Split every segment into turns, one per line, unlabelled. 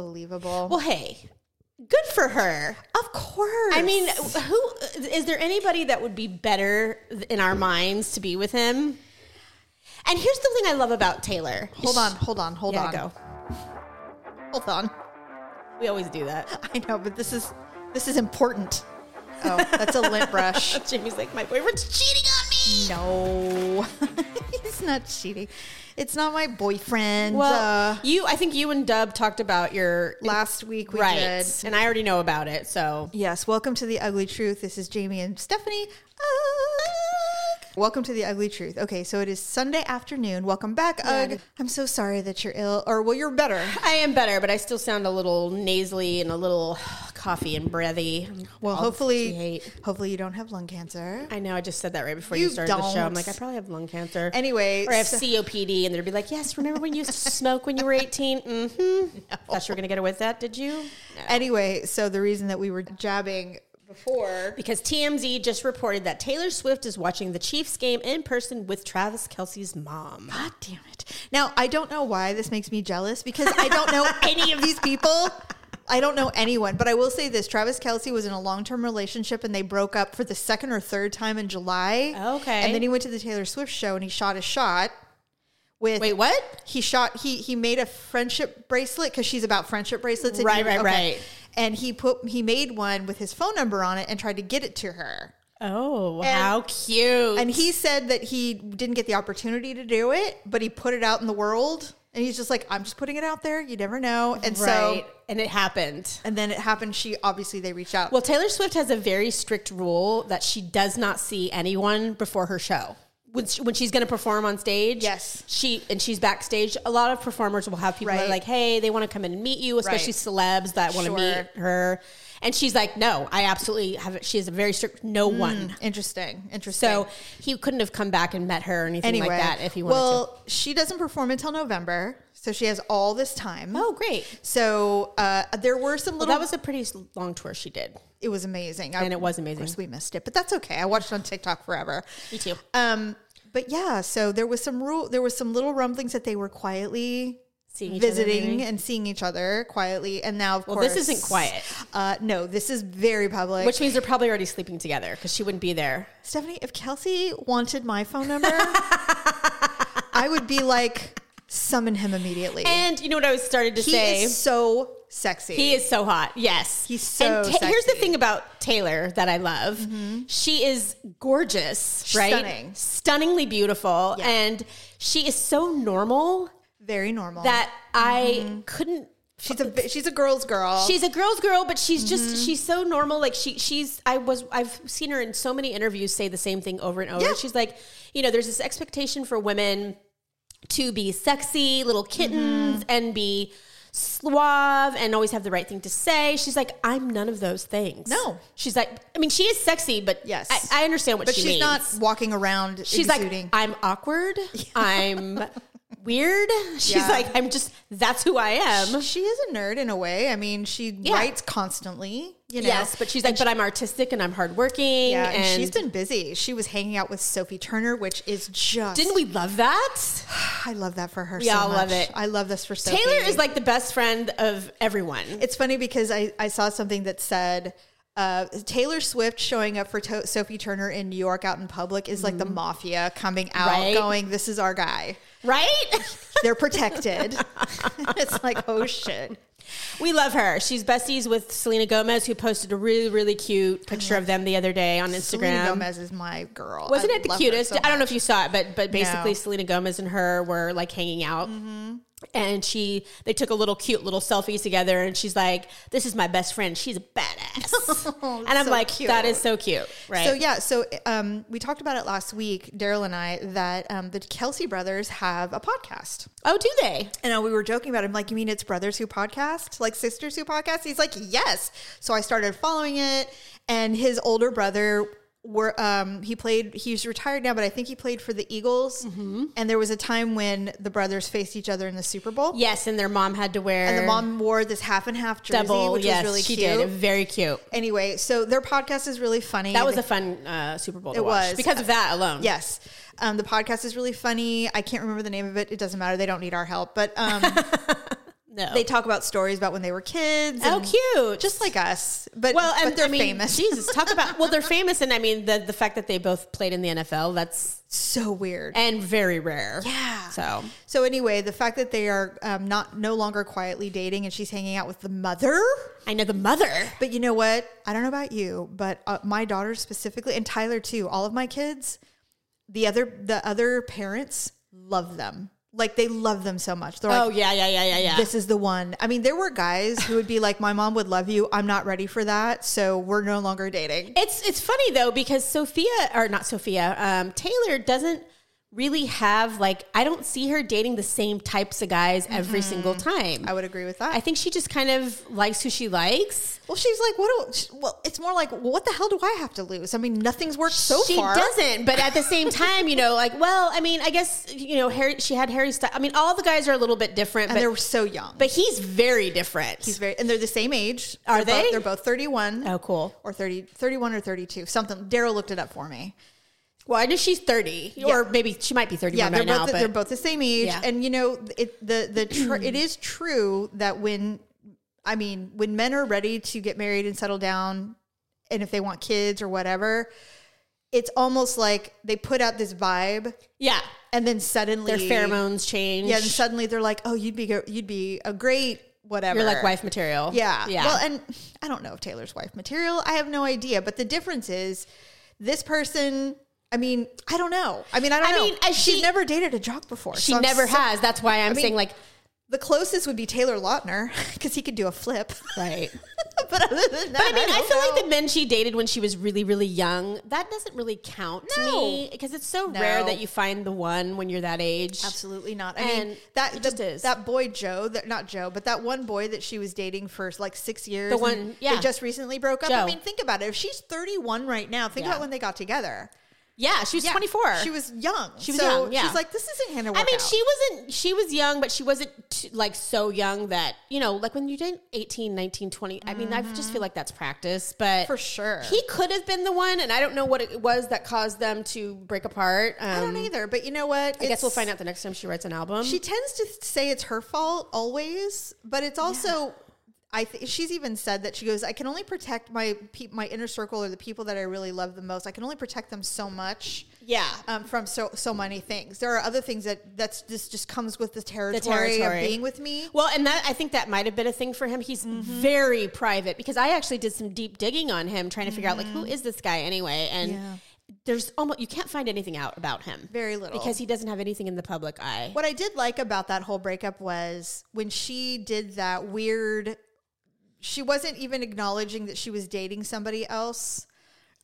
Unbelievable.
Well, hey, good for her.
of course.
I mean, who is there anybody that would be better in our minds to be with him? And here's the thing I love about Taylor.
hold on, hold on, hold
Yeah,
on.
go.
Hold on.
We always do that.
I know, but this is this is important. Oh, that's a lint brush.
Jamie's like, my boyfriend's cheating on me.
No, he's not cheating. It's not my boyfriend.
Well,
uh,
you, I think you and Dub talked about your
last week we
right,
did.
and I already know about it. So
Yes, welcome to the ugly truth. This is Jamie and Stephanie. Ugh. Welcome to the ugly truth. Okay, so it is Sunday afternoon. Welcome back, Ugg. I'm so sorry that you're ill, or well, you're better.
I am better, but I still sound a little nasally and a little coffee and breathy.
Well,
All the things we
hopefully,
hate.
hopefully you don't have lung cancer.
I know. I just said that right before you,
You
started the show. I'm
don't.
like, I probably have lung cancer.
Anyway,
or I have
so-
COPD, and they'd be like, "Yes, remember when you used to smoke when you were 18? Mm-hmm. Thought you were gonna get away with that, did you?
anyway, so the reason that we were jabbing before,
Because TMZ just reported that Taylor Swift is watching the Chiefs game in person with Travis Kelsey's mom.
God damn it! Now I don't know why this makes me jealous because I don't know any of these people. I don't know anyone, but I will say this: Travis Kelsey was in a long-term relationship, and they broke up for the second or third time in July.
Okay.
and then he went to the Taylor Swift show and he shot a shot with.
Wait, what?
He shot. He he made a friendship bracelet because she's about friendship bracelets. and
Right,
he-
right, right.
And he put he made one with his phone number on it and tried to get it to her.
Oh, how cute!
And he said that he didn't get the opportunity to do it, but he put it out in the world. And he's just like, I'm just putting it out there. You never know. And so,
right, and it happened.
and then it happened. She obviously they reached out.
Well, Taylor Swift has a very strict rule that she does not see anyone before her show. When, she, when she's going to perform on stage,
Yes.
she and she's backstage. A lot of performers will have people that are
Right.
like, "Hey, they want to come in and meet you," especially celebs that want to
Sure.
meet her. And she's like, "No, I absolutely have." She has a very strict no
Mm.
one.
interesting, interesting.
So he couldn't have come back and met her or anything
anyway,
like that if he wanted to.
well, she doesn't perform until November, so she has all this time.
Oh, great!
So uh, there were some
Well,
little.
that was a pretty s- long tour she did.
it was amazing, I,
And it was
Of
amazing.
course, we missed it, but that's okay. I watched it on TikTok forever.
Me too.
Um, but yeah, so there was some rule. There was some little rumblings that they were quietly
Seeing each other,
visiting
maybe.
and seeing each other quietly. And now, of
Well,
course,
this isn't quiet.
Uh, no, this is very public.
which means they're probably already sleeping together because she wouldn't be there.
Stephanie, if Kelsey wanted my phone number, I would be like, summon him immediately.
And you know what I was started to
he
say?
is so sexy.
he is so hot. Yes.
He's so
And here's the
sexy. Mm-hmm.
thing about Taylor that I love. She is gorgeous, right?
Stunning.
Stunningly beautiful.
Yeah.
And she is so normal
very normal.
that I
Mm-hmm.
couldn't
she's a she's a girl's girl.
She's a girl's girl, but she's
Mm-hmm.
just she's so normal. Like she she's I was I've seen her in so many interviews say the same thing over and over.
Yeah.
She's like, you know, there's this expectation for women to be sexy little kittens
Mm-hmm.
and be suave and always have the right thing to say. She's like, I'm none of those things.
No.
She's like, I mean, she is sexy, but
Yes.
I, I understand what
but
she
she's
means.
not walking around.
She's
exuding.
like, I'm awkward. I'm weird. She's
Yeah.
like, I'm just that's who I am.
she is a nerd in a way. I mean, she writes constantly. You know?
Yes, but she's like, but I'm artistic and I'm hardworking.
Yeah,
and,
and, she's been busy. She was hanging out with Sophie Turner, which is just
Didn't we love that?
I love that for her.
We
so
all love
much.
it.
I love this for Sophie.
Taylor is like the best friend of everyone.
It's funny because I I saw something that said. Uh, Taylor Swift showing up for to- Sophie Turner in New York out in public is like the mafia coming out,
Mm-hmm. Right.
going, "This is our guy.
right?
They're protected." it's like, oh shit.
we love her. She's besties with Selena Gomez, who posted a really, really cute picture of them the other day on
Selena
Instagram.
Gomez is my girl.
Wasn't
I
it the
love her
cutest?
so
I don't know if you saw it, but but basically
No.
Selena Gomez and her were like hanging out.
Mm-hmm.
And she, they took a little cute little selfie together, and she's like, "This is my best friend. She's a badass." and I'm
so
like,
cute.
"That is so cute, right?"
So yeah, so um, we talked about it last week, Daryl and I, that um, the Kelsey brothers have a podcast,
oh, do they?
and uh, we were joking about. It. I'm like, you mean it's brothers who podcast, like sisters who podcast? He's like, yes. So I started following it, and his older brother were um, he played. He's retired now, but I think he played for the Eagles.
Mm-hmm.
And there was a time when the brothers faced each other in the Super Bowl.
Yes, and their mom had to wear
And the mom wore this half and half jersey,
double.
which
yes,
was really
she
cute.
did. Very cute.
Anyway, so their podcast is really funny.
That was
They-
a fun uh, Super Bowl. To
It
watch.
was.
because of that alone.
Yes. Um, the podcast is really funny. I can't remember the name of it. It doesn't matter. They don't need our help. But um,
No.
They talk about stories about when they were kids.
oh,
and
cute.
Just like us, but
well, and
but they're
I mean,
famous.
Jesus, talk about well, they're famous, and I mean the the fact that they both played in the NFL that's
so weird.
and very rare.
Yeah.
So
So anyway, the fact that they are um, not no longer quietly dating and she's hanging out with the mother.
I know the mother.
But you know what? I don't know about you, but uh, my daughter specifically and Tyler too. All of my kids, the other the other parents love them. Like they love them so much. They're
Oh
like,
yeah, yeah, yeah, yeah, yeah.
this is the one. I mean, there were guys who would be like, "My mom would love you. I'm not ready for that, so we're no longer dating."
It's it's funny though because Sophia or not Sophia, um, Taylor doesn't really have like I don't see her dating the same types of guys every single time.
I would agree with that.
I think she just kind of likes who she likes.
well, she's like, "What?" Do, well, it's more like, "What the hell do I have to lose?" I mean, nothing's worked so
she
far.
doesn't, but at the same time, you know, like, well, I mean, I guess you know, Harry. She had Harry. Styles. I mean, all the guys are a little bit different,
and
but,
they're so young.
but he's very different.
He's very, and they're the same age.
Are
They're both-
they?
they're both 31
oh, cool.
or 30, 31 or 32, something. Daryl looked it up for me.
Well, I know she's thirty, or maybe she might be
Yeah,
thirty-one
they're
right
both,
now.
they're
But
both the same age.
Yeah.
And you know, it, the, the, tr- it is true that when, I mean, when men are ready to get married and settle down and if they want kids or whatever, it's almost like they put out this vibe
yeah,
and then suddenly
their pheromones change.
Yeah. And suddenly they're like, oh, you'd be, go- you'd be a great whatever.
you're like wife material.
Yeah.
yeah.
Well, and I don't know if Taylor's wife material. I have no idea. But the difference is this person, I mean, I don't know. I mean, I don't
I
know.
mean, as
She's
she-
never dated a jock before.
She
so I'm
never
so-
has. That's why I'm saying like
The closest would be Taylor Lautner because he could do a flip.
right.
but other than that,
But I mean, I,
don't
feel
know.
like the men she dated when she was really, really young, that doesn't really count to
No.
me because it's so rare that you find the one when you're that age.
Absolutely not. I mean,
And
that
it
the-
just is.
that boy Joe, that not Joe, but that one boy that she was dating for like six years. and
one-
they
yeah.
just recently broke up. I
Joe.
mean, think about it. If she's thirty-one right now, think
Yeah.
about when they got together.
Yeah, she was
Yeah.
24.
She was young. She
was
so
young, yeah.
She's like, this isn't gonna work.
I mean,
out.
she wasn't, she was young, but she wasn't t- like so young that, you know, like when you did 18, 19, 20, I mean, I just feel like that's practice, but
Mm. for sure.
he could have been the one. And I don't know what it was that caused them to break apart. Um, I,
I don't either. But you know what?
guess we'll find out the next time she writes an album.
She tends to say it's her fault always, but it's also. I th- she's even said that she goes, I can only protect my pe- my inner circle or the people that I really love the most. I can only protect them so much
yeah.
um, from so so many things. There are other things that that's this just comes with the territory,
territory.
of being with me.
Well, and that I think that might have been a thing for him. He's
Mm-hmm.
very private because I actually did some deep digging on him, trying to figure out like who is this guy anyway, and
Mm-hmm. Yeah.
there's almost you can't find anything out about him.
Very little.
because he doesn't have anything in the public eye.
What I did like about that whole breakup was when she did that weird. She wasn't even acknowledging that she was dating somebody else,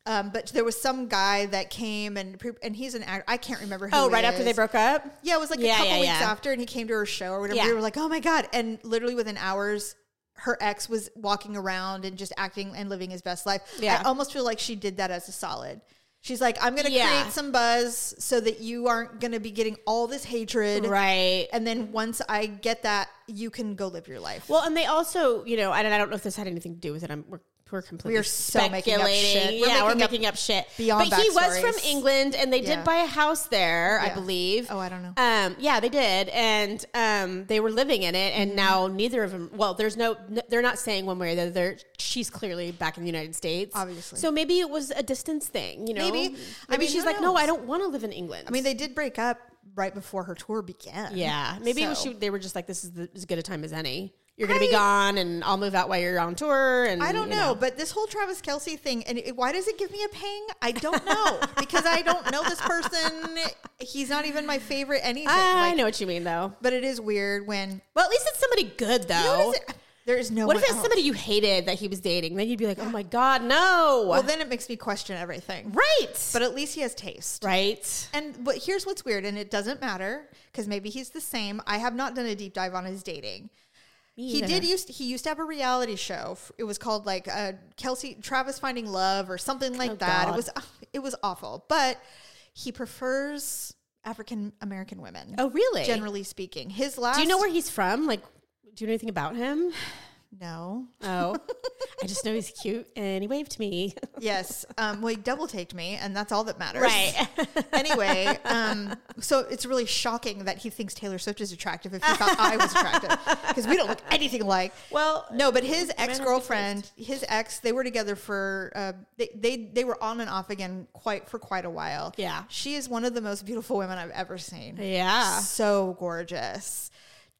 um, but there was some guy that came and pre- and he's an actor. I can't remember. who
Oh,
it
right after they
is.
broke up.
Yeah, it was like a
Yeah,
couple
yeah,
weeks
yeah.
after, and he came to her show or whatever.
Yeah.
We were like, "Oh my god!" And literally within hours, her ex was walking around and just acting and living his best life.
Yeah.
I almost feel like she did that as a solid. She's like, "I'm going to
Yeah.
create some buzz so that you aren't going to be getting all this hatred,
Right.
and then once I get that, you can go live your life."
Well, and they also, you know, and I don't know if this had anything to do with it. I'm we're, we're completely
We are so making up shit.
speculating.
We're
yeah, we're
making up
making up shit.
beyond
but he was
backstories.
from England, and they
Yeah.
did buy a house there, I
Yeah.
believe.
Oh, I don't know.
Um, yeah, they did, and um, they were living in it, and
Mm-hmm.
now neither of them. Well, there's no, n- they're not saying one way or the other. She's clearly back in the United States,
Obviously.
So maybe it was a distance thing, you know.
Maybe. I
Maybe
mean,
she's
who
like, no,
knows?
I don't want to live in England.
I mean, they did break up right before her tour began.
Yeah, maybe it was
So-
she, they were just like, "This is the, as good a time as any. You're going to
I-
be gone, and I'll move out while you're on tour." And
I don't
you
know, but this whole Travis Kelsey thing, and it, why does it give me a pang? I don't know because I don't know this person. He's not even my favorite anything.
I
like-
know what you mean, though.
but it is weird when
Well, at least it's somebody good, though.
what is it? there is no. oh,
What
one
if it's
else.
somebody you hated that he was dating? Then you'd be like, "Oh my god, no!"
Well, then it makes me question everything.
right,
But at least he has taste.
right.
And but here's what's weird, and it doesn't matter because maybe he's the same. I have not done a deep dive on his dating. he
either.
did used he used to have a reality show. F- It was called like uh, Kelsey Travis Finding Love or something like
Oh,
that. It
God.
was ah, it was awful, but he prefers African American women.
Oh, really?
generally speaking, his last
do you know where he's from? Like, do you know anything about him?
No.
Oh, I just know he's cute and he waved to me.
Yes. Um, well, he double taked me, and that's all that matters.
Right.
anyway, um, so it's really shocking that he thinks Taylor Swift is attractive if he thought I was attractive because we don't look anything alike.
Well,
No, but his ex
be
girlfriend, his ex, they were together for uh, they, they they were on and off again quite for quite a while.
Yeah.
she is one of the most beautiful women I've ever seen.
Yeah.
so gorgeous,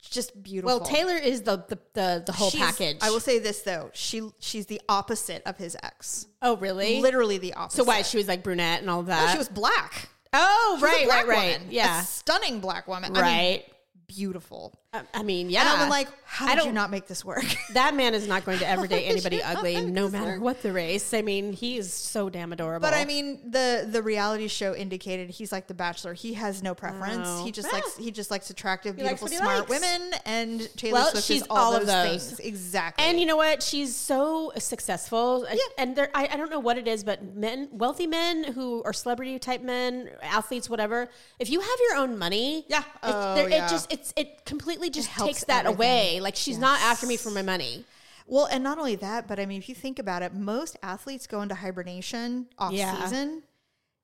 just beautiful.
Well, Taylor is the the the, the whole
She's-
package.
I will say this though, she she's the opposite of his ex.
Oh, really?
Literally the opposite.
So why she was like brunette and all of that?
She was black.
oh,
She was a
right,
black
right, right.
woman.
Yeah,
a stunning black woman. I mean,
right.
beautiful.
I I mean, yeah. Oh,
And I'm like, how
I
did you
don't-
not make this work?
that man is not going to ever date anybody
She's
ugly,
not
no
this
matter
one.
what the race. I mean, he is so damn adorable.
But I mean, the the reality show indicated he's like the Bachelor. He has no preference.
Oh.
He just
Yeah.
likes he just likes attractive,
likes
beautiful,
what he
smart
likes.
women. And Taylor
Well,
Swift
she's
is all,
all of
those,
those.
things exactly.
and you know what? She's so successful, yeah. and there, I, I don't know what it is, but men, wealthy men who are celebrity type men, athletes, whatever. If you have your own money,
Yeah.
it,
Oh,
there- it
yeah.
just it's it completely just
helps
takes that
everything.
away. Like she's not after me for my money.
well, and not only that, but I mean, if you think about it, most athletes go into hibernation off
Yeah.
season.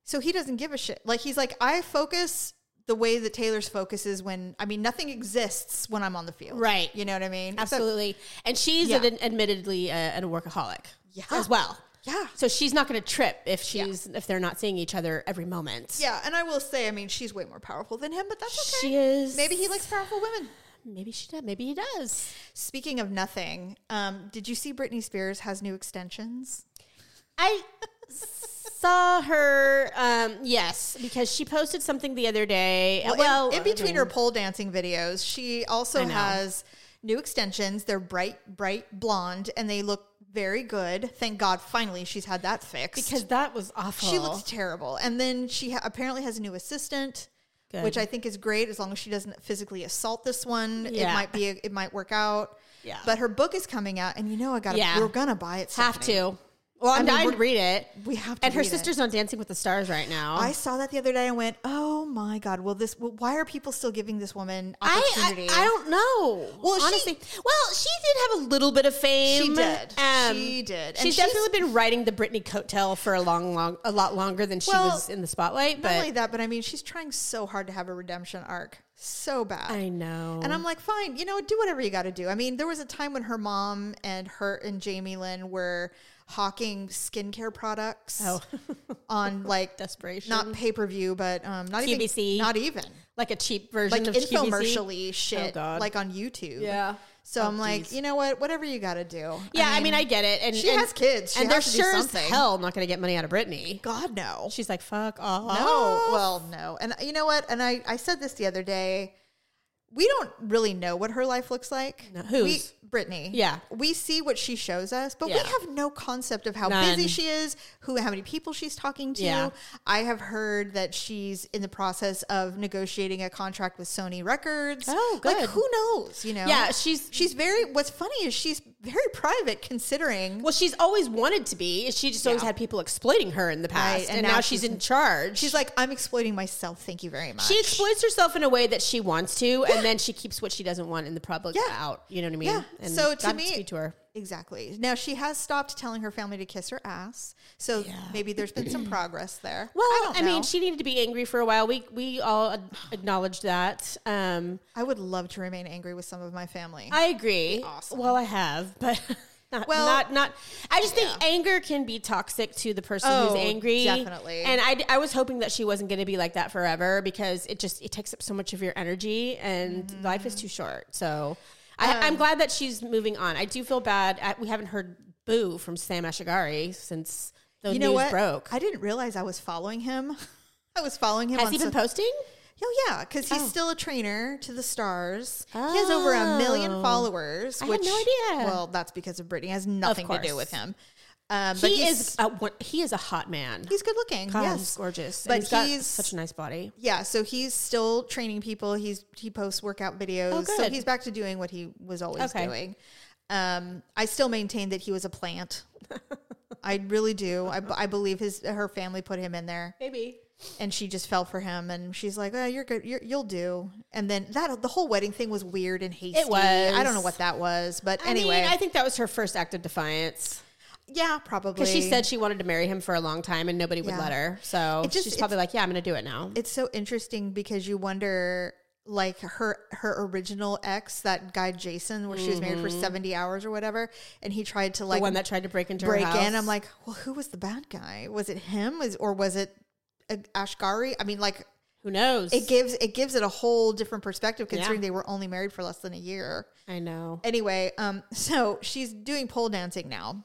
So he doesn't give a shit. Like he's like, I focus the way that Taylor's focuses when I mean, nothing exists when I'm on the field,
Right.
You know what I mean? Except-
Absolutely. And she's
Yeah.
an, admittedly a, a workaholic
Yeah.
as well.
Yeah.
So she's not going to trip if she's if they're not seeing each other every moment.
yeah, and I will say, I mean, she's way more powerful than him, but that's okay.
She is.
Maybe he likes powerful women.
Maybe she does. Maybe he does.
Speaking of nothing, um, did you see Britney Spears has new extensions?
I saw her. Um, yes, because she posted something the other day. Well,
in- in, between her pole dancing videos, she also
know.
has new extensions. They're bright, bright blonde, and they look very good. Thank God, finally, she's had that fixed
because that was awful.
she looked terrible. And then she ha- apparently has a new assistant.
Good.
Which I think is great as long as she doesn't physically assault this one. It
Yeah.
might be a, it might work out.
Yeah.
But her book is coming out, and you know I got to
Yeah.
we're gonna buy it.
have
Stephanie.
to. Well, I'm
mean,
dying
we're-
to read it.
We have to.
And her
read it.
sister's on Dancing with the Stars right now.
I saw that the other day and went, "Oh my god! Well, this. Well, why are people still giving this woman
I,
opportunity?"
I, I don't know.
Well, she-
honestly, well, she did have a little bit of
She
fame. Um,
did. She did. And
she's,
she's-
definitely been riding the Britney coattail for a long, long, a lot longer than she
Well,
was in the spotlight.
Not only
But
that, but I mean, she's trying so hard to have a redemption arc, so bad.
I know.
And I'm like, fine, you know, do whatever you got to do. I mean, there was a time when her mom and her and Jamie Lynn were hawking skincare products
Oh.
on like
Desperation.
not pay per view, but um, not
QVC.
even not even
like a cheap version
like
of QVC.
infomercially shit,
Oh, God.
like on YouTube.
Yeah. Oh,
So I'm like,
geez.
you know what? Whatever you got to do.
Yeah, I mean, I get it. And
she
and-
has kids. She
and
has
they're
to do
sure as
something.
hell not going to get money out of Britney.
God no.
She's like, fuck off.
No, well, no. And you know what? And I, I said this the other day. We don't really know what her life looks like.
No, who's?
We, Brittany?
Yeah.
we see what she shows us, but we
Yeah.
have no concept of how
None.
busy she is, who, how many people she's talking to.
Yeah.
I have heard that she's in the process of negotiating a contract with Sony Records.
Oh,
Like
good.
who knows? You know?
Yeah, she's-
she's very. What's funny is she's very private, considering.
Well, she's always wanted to be. She just always had people exploiting her in the past,
Right,
and, now, she's, in charge.
She's like, I'm exploiting myself. Thank you very much.
She exploits herself in a way that she wants to, and then she keeps what she doesn't want in the public
Yeah.
out. You know what I mean?
Yeah.
And
So to
God
me-
speak to her.
Exactly. Now she has stopped telling her family to kiss her ass, so maybe there's been some progress there.
Well, I,
don't know.
mean, she needed to be angry for a while. We we all ad- acknowledged that. Um,
I would love to remain angry with some of my family.
I agree.
awesome.
Well, I have, but. Not,
Well-
not, not. I just think anger can be toxic to the person
Oh,
who's angry.
definitely.
And I, d- I was hoping that she wasn't going to be like that forever because it just it takes up so much of your energy and
Mm-hmm.
life is too short. So
Um,
I, I'm glad that she's moving on. I do feel bad. I, we haven't heard boo from Sam Ashigari since the
you
news
know what?
broke.
I didn't realize I was following him. I was following him.
Has
on
he been
so-
posting?
oh yeah, because he's still a trainer to the stars. He has over a million
Oh.
followers.
I had
which,
no idea.
Well, that's because of Brittany. It has nothing to do
course.
with him. Um, but
He
he's,
is a, one- he is a hot man.
he's good looking.
God,
yes,
he's gorgeous.
But
But he's, got
he's-
such a nice body.
yeah so he's still training people he's he posts workout videos
Oh,
so
good.
he's back to doing what he was always
Okay.
doing um i still maintain that he was a plant i really do I, b- I believe his her family put him in there
Maybe.
and she just fell for him and she's like oh you're good you're, you'll do and then that the whole wedding thing was weird and hasty
was.
i don't know what that was but anyway
I mean, I think that was her first act of defiance
yeah probably
because she said she wanted to marry him for a long time and nobody would
Yeah.
let her. So
It just-
she's
it's-
probably like, "Yeah, I'm going to do it now."
it's so interesting because you wonder like her her original ex that guy jason where she was married for 70 hours or whatever and he tried to like
Mm-hmm. the one that tried to break into
break
her house.
in i'm like well who was the bad guy was it him is or was it uh, ashgari i mean like
"Who knows?"
it gives it gives it a whole different perspective considering
Yeah.
they were only married for less than a year
I know.
anyway um so she's doing pole dancing now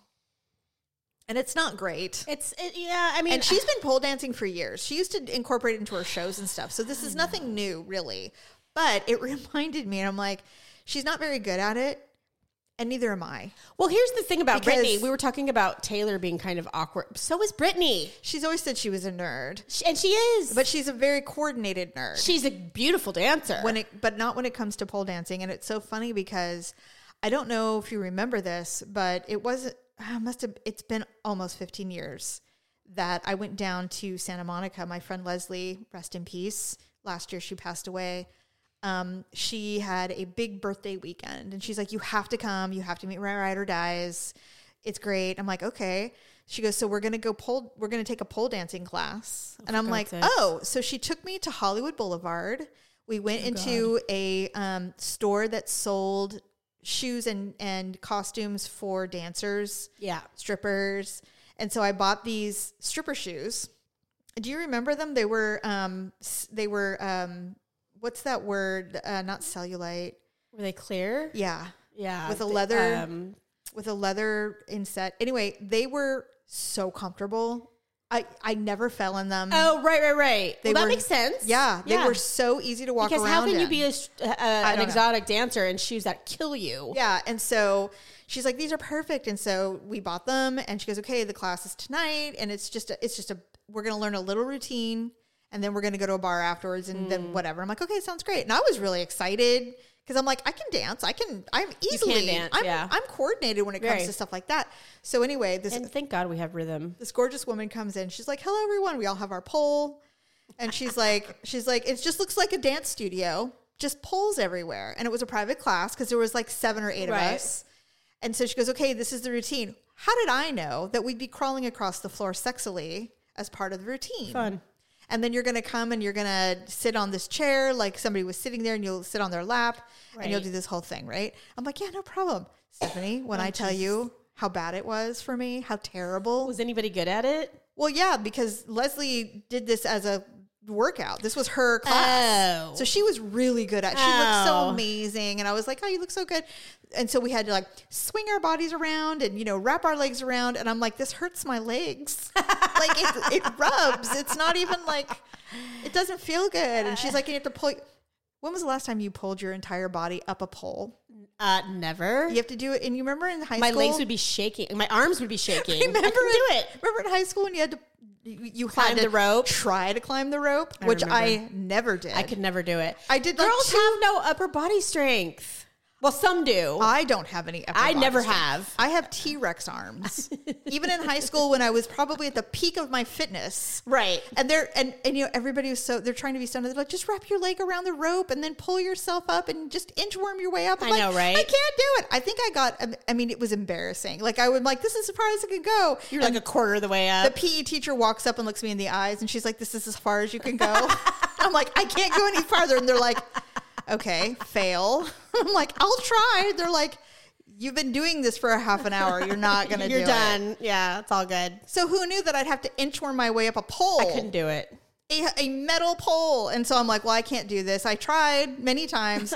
and it's not great
It's it, yeah. I mean,
and she's been pole dancing for years. She used to incorporate it into her shows and stuff. So this is nothing new, really. But it reminded me, and I'm like, she's not very good at it, and neither am I.
Well, here's the thing about
Because-
Brittany. We were talking about Taylor being kind of awkward. So is Brittany,
She's always said she was a nerd,
she, and she is.
but she's a very coordinated nerd.
she's a beautiful dancer.
when it but not when it comes to pole dancing and it's so funny because i don't know if you remember this but it wasn't I must have it's been almost 15 years that i went down to santa monica my friend leslie rest in peace last year she passed away um, she had a big birthday weekend and she's like you have to come you have to meet ride, ride or dies it's great i'm like okay she goes so we're gonna go pole we're gonna take a pole dancing class and i'm like
God's sakes.
oh so she took me to hollywood boulevard we went into a um, store that sold shoes and, and costumes for dancers
yeah,
strippers. And so I bought these stripper shoes. Do you remember them? They were um s- they were um what's that word? Uh, not cellulite.
were they clear?
Yeah.
Yeah,
With a
the-
leather-
Um,
With a leather inset. Anyway, they were so comfortable. I I never fell in them.
oh, right, right, right.
They
well,
were-
that makes sense.
Yeah, they were so easy to walk
because how
around.
can you
in.
be a, s- a- a- an
know.
exotic dancer in shoes that kill you?
Yeah. And so she's like, these are perfect. And so we bought them and she goes, okay, the class is tonight. And it's just, a, it's just a, we're going to learn a little routine and then we're going to go to a bar afterwards and then
Hmm.
whatever. I'm like, okay, sounds great. And I was really excited because I'm like, I can dance. I can, I'm easily,
dance,
I'm,
yeah.
I'm coordinated when it comes
Right.
to stuff like that. So anyway, this,
And thank God we have rhythm.
this gorgeous woman comes in. She's like, hello, everyone. We all have our pole. And she's like, she's like, it just looks like a dance studio, just poles everywhere. And it was a private class because there was like seven or eight of
Right.
us. And so she goes, okay, this is the routine. How did I know that we'd be crawling across the floor sexily as part of the routine?
Fun.
And then you're going to come and you're going to sit on this chair like somebody was sitting there and you'll sit on their lap and you'll
Right. Oh,
do this whole thing, right? I'm like, yeah, no problem. Stephanie, when I tell you how bad it was for me, how terrible.
Was anybody good at it?
Well, yeah, because Leslie did this as a workout. This was her class.
Oh.
So she was really good at it. She looked so
Oh.
amazing. And I was like, oh, you look so good. And so we had to like swing our bodies around and, you know, wrap our legs around. And I'm like, this hurts my legs. like it, it rubs. It's not even like, it doesn't feel good. And she's like, you have to pull. When was the last time you pulled your entire body up a pole?
Uh, never.
You have to do it. And you remember in high
My
school?
legs would be shaking. My arms would be shaking. I
Remember
couldn't do it.
Remember in high school when you had to you, you had
Climb
to
the rope.
try to climb the rope, which I never did.
I could never do it.
I did, like,
Girls
two-
have no upper body strength. Well, some do. I,
I don't have any. upper body
never
strength.
have.
I have T Rex arms. Even in high school, when I was probably at the peak of my fitness,
Right.
and they're and and you know everybody was so they're trying to be stunted. They're like, just wrap your leg around the rope and then pull yourself up and just inchworm your way up. I'm
I
like,
know, right?
I can't do it. I think I got. I mean, it was embarrassing. Like I would like this is as far as I could go.
You're like a quarter of the way
the
up.
PE teacher walks up and looks me in the eyes and she's like, This is as far as you can go. I'm like, I can't go any farther. And they're like, Okay, fail. I'm like, I'll try. They're like, You've been doing this for a half an hour. You're not going to do
You're
it.
done. Yeah, it's all good.
So who knew that I'd have to inchworm my way up a pole?
I couldn't do it.
a, a metal pole and so i'm like well i can't do this i tried many times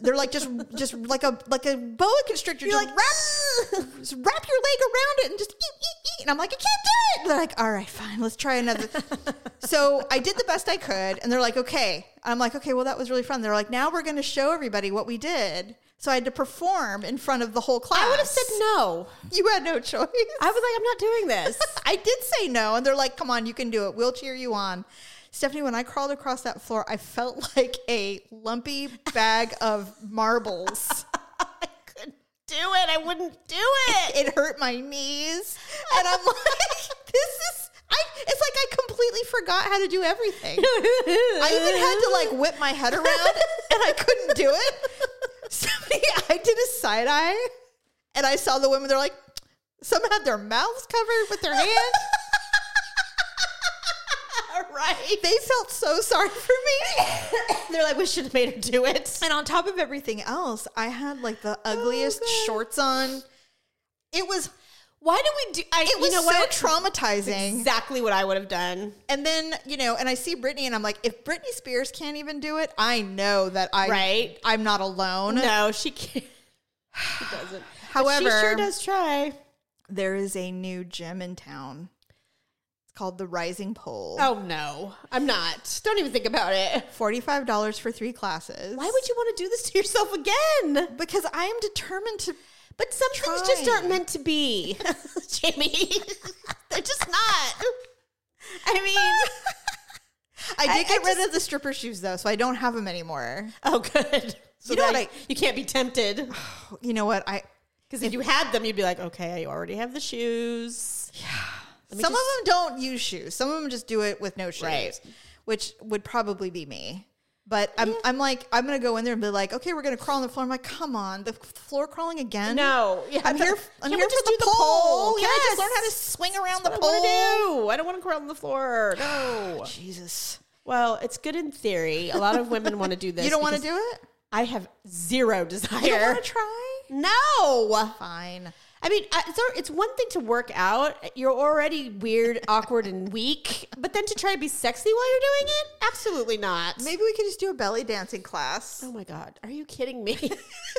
they're like just just like a like a boa constrictor just, wrap, just wrap your leg around it and just eat eat eat and i'm like i can't do it they're like all right fine let's try another so i did the best i could and they're like okay i'm like okay well that was really fun they're like now we're going to show everybody what we did so i had to perform in front of the whole class
I would have said no.
you had no choice
I was like, I'm not doing this.
I did say no, and they're like, "Come on, you can do it. We'll cheer you on." Stephanie, when I crawled across that floor, I felt like a lumpy bag of marbles.
I couldn't do it. I wouldn't do it.
It hurt my knees, and I'm like, "This is." I I it's like I completely forgot how to do everything. I even had to like whip my head around and I couldn't do it. Somebody I did a side eye and I saw the women, they're like, some had their mouths covered with their hands.
right.
They felt so sorry for me.
They're like, we should have made her do it.
And on top of everything else, I had like the
Oh,
ugliest
God.
shorts on. It was
Why do we do? I,
it was so traumatizing.
Exactly what I would have done.
And then, you know, and I see Britney and I'm like, if Britney Spears can't even do it, I know that I
Right.
I'm not alone.
No, she can't. She doesn't.
However,
she sure does try.
there is a new gym in town. It's called the Rising Pole.
Oh no, I'm not. Don't even think about it.
$45 for three classes.
Why would you want to do this to yourself again?
Because I am determined to
But some things just aren't meant to be, Jamie. They're just not. I mean,
I did
I-
get
I
rid of the stripper shoes though, so I don't have them anymore.
oh good. So
You know
that
what I-
you can't be tempted
You know what? I
because if you had them, you'd be like, okay, I already have the shoes.
some of them don't use shoes. Some of them just do it with no shoes,
Right.
which would probably be me. But I'm, I'm like, I'm gonna go in there and be like, okay, we're gonna crawl on the floor. I'm like, come on, the floor crawling again?
No, yeah,
I'm
but-
here. f- I'm
Can't we
here for
just
the
do
pole. Can I
Yes.
just learn how to swing around the
I
pole?
want to do. I don't want to crawl on the floor. No.
Jesus,
well, it's good in theory. A lot of women want to do this.
you don't want to
because
do it?
I have
You
zero
don't
desire.
want to try?
No.
Fine.
I mean, I- it's, al- it's one thing to work out. You're already weird, awkward, and weak. But then to try to be sexy while you're doing it? Absolutely not.
Maybe we could just do a belly dancing class.
Oh my God. Are you kidding me?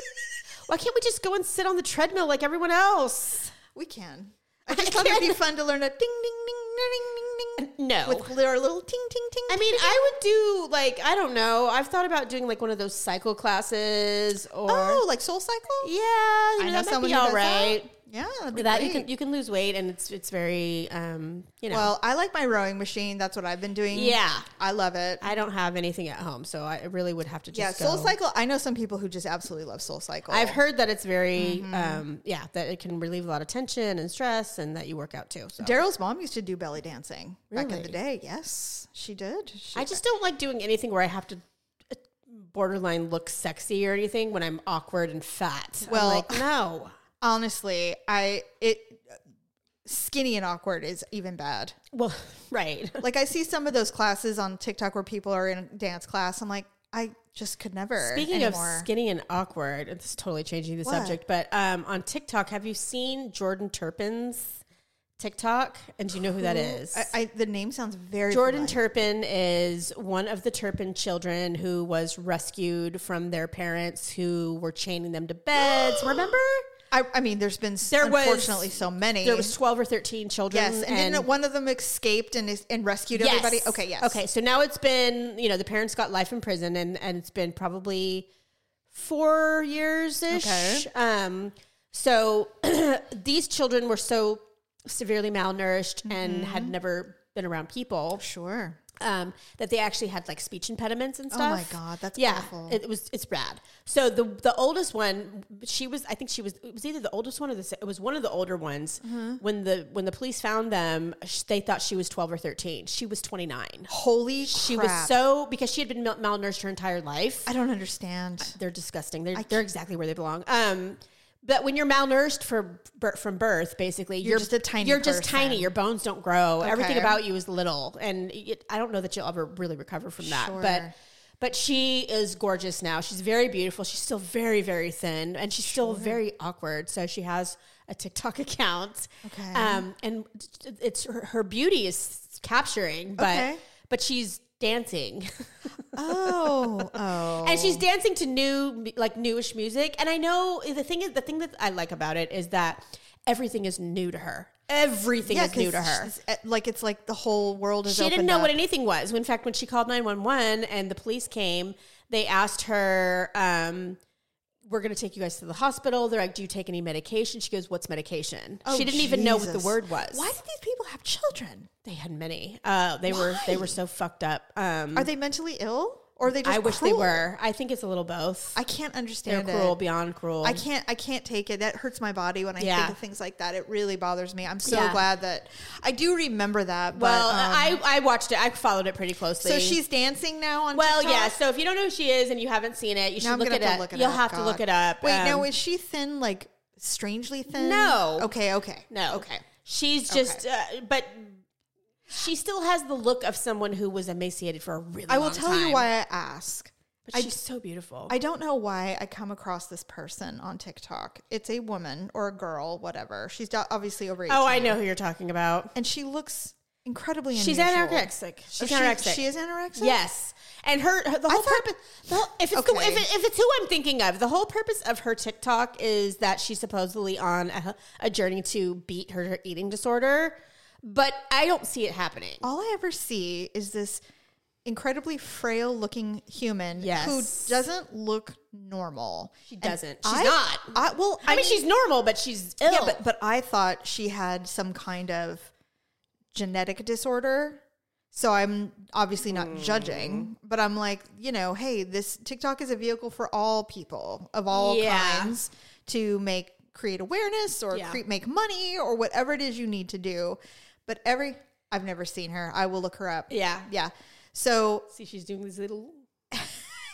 Why can't we just go and sit on the treadmill like everyone else?
We can. I just thought it'd be fun to learn a ding, ding, ding, ding, ding, ding.
No.
With our little ting, ting, ting.
I mean, I would do like, I don't know. I've thought about doing like one of those cycle classes or.
oh, like soul cycle?
yeah. You know,
I know
that might
someone
be
who
all
does that.
right.
Yeah, that'd be
That, you
great.
can you can lose weight and it's it's very um you know
well, I like my rowing machine. That's what I've been doing.
Yeah.
I love it.
I don't have anything at home so I really would have to
yeah,
just go.
soul cycle. I know some people who just absolutely love soul cycle.
I've heard that it's very, um, yeah, that it can relieve a lot of tension and stress, and that you work out too. So.
Daryl's mom used to do belly dancing back in the
Really?
day. Yes, she did. She,
I just don't like doing anything where I have to uh, borderline look sexy or anything when I'm awkward and fat. I'm
Well-
like, no.
honestly, I it skinny and awkward is even bad.
Well, right.
Like I see some of those classes on TikTok where people are in dance class. I'm like, I just could never.
Speaking
anymore.
of skinny and awkward, it's totally changing the
What?
subject, but um, on TikTok, have you seen Jordan Turpin's TikTok? And do you know who that is?
I, I, the name sounds very
Jordan
familiar.
Turpin is one of the Turpin children who was rescued from their parents who were chaining them to beds. Remember?
I, I mean, there's been s-
There was-
unfortunately so many.
There was 12 or 13 children.
yes, and, didn't one of them escaped and is, and rescued
Yes.
everybody? Okay, yes,
Okay, so now it's been, you know, the parents got life in prison and and it's been probably 4 years ish.
Okay.
Um so these children were so severely malnourished and
Mm-hmm.
had never been around people
sure.
um, that they actually had like speech impediments and
Oh my
stuff.
God, that's
yeah,
awful.
it was it's bad. So the the oldest one, she was I think she was it was either the oldest one or the se- it was one of the older ones.
Mm-hmm.
When the when the police found them, sh- they thought she was twelve or thirteen. She was twenty nine.
Holy
She was so because she had been mal- malnourished her entire life.
I don't understand.
They're disgusting. They're they're exactly where they belong. Um, but when you're malnourished for bir- from birth, basically, you're,
just a tiny
You're just
person.
tiny. Your bones don't grow. Everything
Okay.
about you is little, and it, I don't know that you'll ever really recover from that.
Sure.
But but she is gorgeous now. She's very beautiful. She's still very very thin, and she's still very awkward. So she has a TikTok account.
Okay.
Um, and it's her, her beauty is capturing, but
Okay.
but she's dancing.
oh, oh,
and she's dancing to new like newish music and i know the thing is the thing that i like about it is that everything is new to her everything is new to
'cause
her
she's- eh, Like it's like the whole world is.
she didn't
opened
know
up.
what anything was in fact when she called 911 and the police came they asked her um we're going to take you guys to the hospital they're like do you take any medication she goes what's medication
Oh,
she didn't even know what the
Jesus.
word was
Why did these people have children?
they had many uh, they were they
Why?
were so fucked up um
Are they mentally ill? or they just
I wish they
cruel.
were. I think it's a little both.
I can't
They're
understand
cruel
it.
beyond cruel.
I can't. I can't take it. That hurts my body when I
Yeah.
think of things like that. It really bothers me. I'm so
Yeah.
glad that I do remember that. But,
Well,
um,
I I watched it. I followed it pretty closely.
so she's dancing now on.
well,
TikTok?
yeah. So if you don't know who she is and you haven't seen it, you should
Now I'm
look
gonna
it
have
up.
to look it
You'll
up.
have to
God.
look it up.
Wait, now
Um,
is she thin? Like strangely thin?
No.
Okay. Okay.
no,
Okay.
She's just, uh, but she still has the look of someone who was emaciated for a really.
I will
long
tell
time.
you why I ask.
But she's so beautiful.
I don't know why I come across this person on TikTok. It's a woman or a girl, whatever. She's do- obviously over 18.
oh, I know who you're talking about.
And she looks incredibly
She's
unusual.
anorexic.
Oh,
She's
she,
anorexic.
She is anorexic?
Yes. And her, her- the whole
thought-
purpose, the whole- if it's, the,
Okay.
if, it, if it's who I'm thinking of, the whole purpose of her TikTok is that she's supposedly on a, a journey to beat her eating disorder, but I don't see it happening.
All I ever see is this incredibly frail looking human who
Yes.
doesn't look normal. She
doesn't. She's not.
I, well,
I, mean, she's normal, but she's ill.
Yeah, but, but I thought she had some kind of genetic disorder. So I'm obviously
Hmm.
not judging, but I'm like, you know, hey, this TikTok is a vehicle for all people of all
Yeah.
kinds to make create awareness or
Yeah.
cre- make money or whatever it is you need to do. But every I've never seen her. I will look her up.
yeah.
Yeah. So
See, she's doing these little.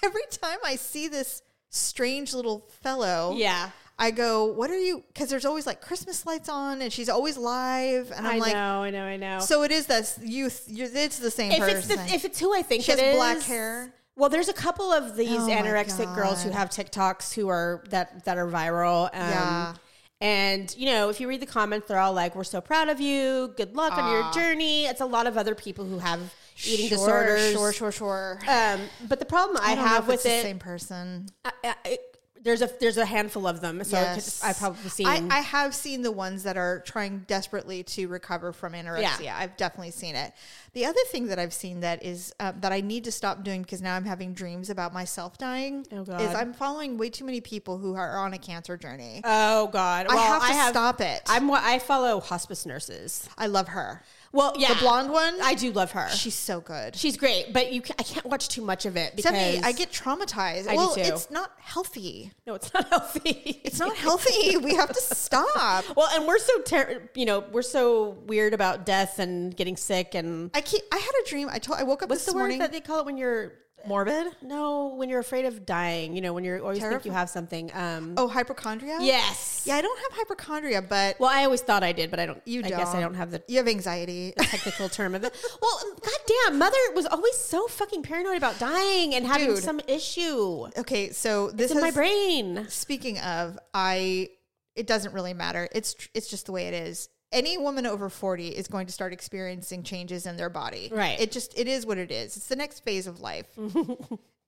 every time I see this strange little fellow,
Yeah.
I go, what are you? Because there's always like Christmas lights on, and she's always live, and I'm
I
like,
know, I know, I know.
so it is this youth. You're, it's the same
if
person.
it's the, if it's who I think
She
it
has black
is-
hair.
Well, there's a couple of these
Oh my
anorexic girls who
God.
have TikToks who are that that are viral. Um,
Yeah.
And you know, if you read the comments, they're all like, "We're so proud of you. Good luck on your journey." It's a lot of other people who have eating
Ah. Sure,
disorders.
Sure, sure, sure.
Um, but the problem I,
I don't know
have
if
with
it's the
it,
same person.
I, I, it- there's a there's a handful of them, so I could-
Yes.
I've probably seen.
I, I have seen the ones that are trying desperately to recover from anorexia. I've definitely seen it. The other thing that I've seen that is uh, that I need to stop doing because now I'm having dreams about myself dying.
Oh, God.
Is I'm following way too many people who are on a cancer journey.
oh God! Well,
I have to stop it. i
I'm I follow hospice nurses.
love her.
Well, yeah,
The blonde one.
I do love her.
she's so good.
She's great, but you ca I can't watch too much of it because
Stephanie, I get traumatized.
do
well,
too.
it's not healthy.
no, it's not healthy.
It's not healthy. we have to stop.
well, and we're so ter- you know we're so weird about death and getting sick and
I keep. I had a dream. I told. I woke up
what's
this
the word
morning.
that they call it when you're
morbid.
no when you're afraid of dying. You know when you're always think you
Terrified.
have something. Um,
Oh, hypochondria.
yes.
Yeah, I don't have hypochondria, but
Well, I always thought I did, but I don't.
you
I
don't.
guess I don't have the
You have anxiety.
technical term of it. Well, goddamn, mother was always so fucking paranoid about dying and having
Dude.
some issue
okay, so this
in
is
my brain.
Speaking of, I it doesn't really matter. It's tr- it's just the way it is. Any woman over 40 is going to start experiencing changes in their body.
Right.
It just it is what it is. It's the next phase of life.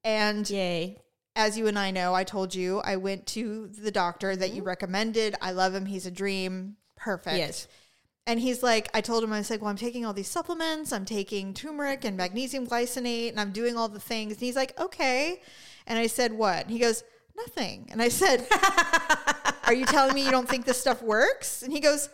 and
Yay.
as you and I know, I told you I went to the doctor that you recommended. I love him. He's a dream. Perfect.
Yes.
And he's like, I told him, I was like, well, I'm taking all these supplements. I'm taking turmeric and magnesium glycinate and I'm doing all the things. And he's like, okay. And I said, what? And he goes, nothing. And I said, are you telling me you don't think this stuff works? And he goes,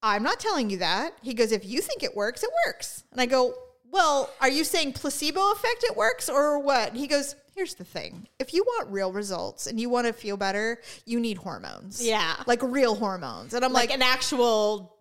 I'm not telling you that. He goes, if you think it works, it works. And I go, well, are you saying placebo effect it works or what? And he goes, here's the thing. If you want real results and you want to feel better, you need hormones.
Yeah.
Like real hormones. And I'm
Like,
like,
an actual.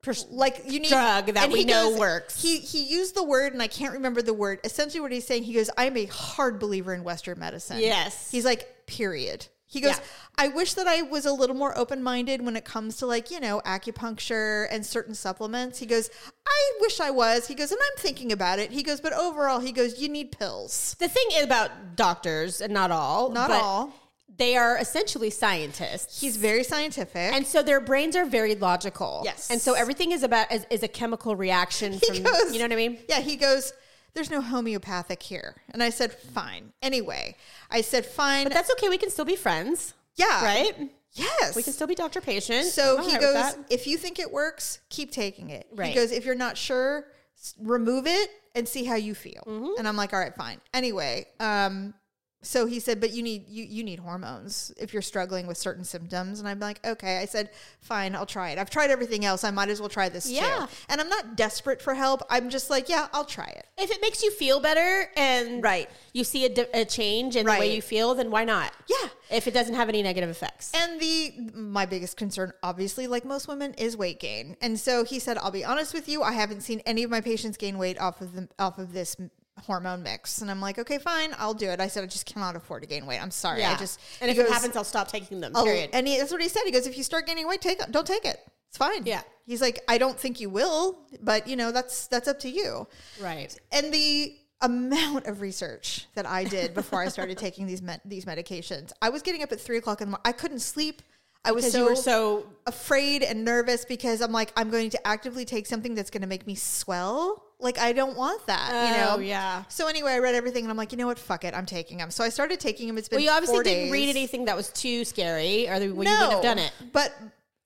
Pers-
like you need
drug that
and
we
he
know works.
He he used the word, and I can't remember the word. Essentially, what he's saying, he goes, "I'm a hard believer in Western medicine."
Yes.
he's like, period. He goes,
Yeah.
"I wish that I was a little more open minded when it comes to like you know acupuncture and certain supplements." He goes, "I wish I was." He goes, and I'm thinking about it. He goes, but overall, he goes, "You need pills."
the thing is about doctors, and not all,
Not
but
all.
they are essentially scientists.
He's very scientific.
and so their brains are very logical.
Yes.
And so everything is about is, is a chemical reaction
He
from
goes-
you know what I mean?
Yeah, he goes, There's no homeopathic here. And I said, Fine. Anyway, I said, Fine.
But that's okay, we can still be friends,
yeah.
right?
Yes.
We can still be doctor patient.
Ah. so
I'm
he
all right with
goes,
that.
If you think it works, keep taking it.
Right.
He goes, If you're not sure,
Mm-hmm.
s- remove it and see how you feel. And I'm like, All right, fine. Anyway, um, so he said, but you need you you need hormones if you're struggling with certain symptoms. And I'm like, okay. I said, fine, I'll try it. I've tried everything else. I might as well try this
Yeah.
too. And I'm not desperate for help. I'm just like, yeah, I'll try it.
If it makes you feel better and
Right.
you see a, di- a change in the
Right.
way you feel, then why not?
Yeah.
If it doesn't have any negative effects.
And the my biggest concern, obviously, like most women, is weight gain. And so he said, "I'll be honest with you, I haven't seen any of my patients gain weight off of the off of this m- hormone mix." And I'm like, "Okay, fine, I'll do it." I said, "I just cannot afford to gain weight. I'm sorry. I just
and
he
if it
goes,
happens, I'll stop taking them.
"I'll-"
Period.
And he, that's what he said. He goes, "If you start gaining weight, take don't take it. It's fine."
Yeah.
He's like, "I don't think you will, but you know that's that's up to you."
right.
and the amount of research that I did before I started taking these med- these medications, I was getting up at three o'clock in the morning. I couldn't sleep. I was
Because
so,
you were so
afraid and nervous because I'm like, I'm going to actively take something that's going to make me swell. Like I don't want that.
Oh,
you know.
yeah.
So anyway, I read everything and I'm like, you know what? Fuck it. I'm taking them. So I started taking them. It's been.
Well, you obviously
four
didn't
days.
read anything that was too scary, or the- well, you wouldn't have done it.
But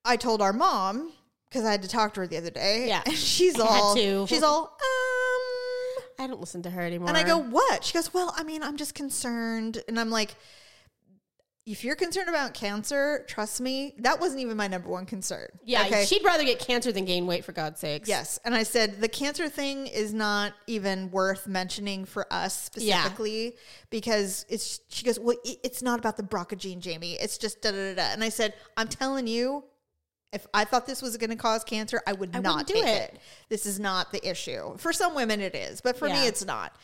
I told our mom because I had to talk to her the other day.
Yeah.
And she's
had
all.
to.
She's all. Um.
I don't listen to her anymore.
And I go, what? She goes, well, I mean, I'm just concerned. And I'm like, if you're concerned about cancer, trust me, that wasn't even my number one concern.
yeah,
Okay.
she'd rather get cancer than gain weight, for God's sakes.
yes. And I said, the cancer thing is not even worth mentioning for us
Yeah.
specifically because it's, she goes, well, i- it's not about the BRCA gene, Jamie. It's just da da da da. And I said, I'm telling you, if I thought this was going to cause cancer, I would not
wouldn't do
take
it.
it. This is not the issue. For some women, it is, but for
Yeah.
me, it's not.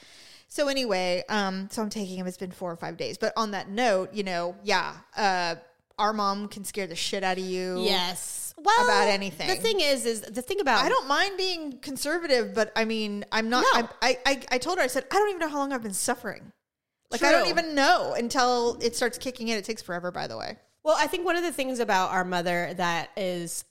So anyway, um, so I'm taking him. It's been four or five days. But on that note, you know, yeah, uh, our mom can scare the shit out of you.
Yes. Well,
About anything.
The thing is, is the thing about
I don't mind being conservative, but I mean, I'm not.
No.
I, I, I, I told her, I said, I don't even know how long I've been suffering. Like, I don't
True.
even know until it starts kicking in. It takes forever, by the way.
Well, I think one of the things about our mother that is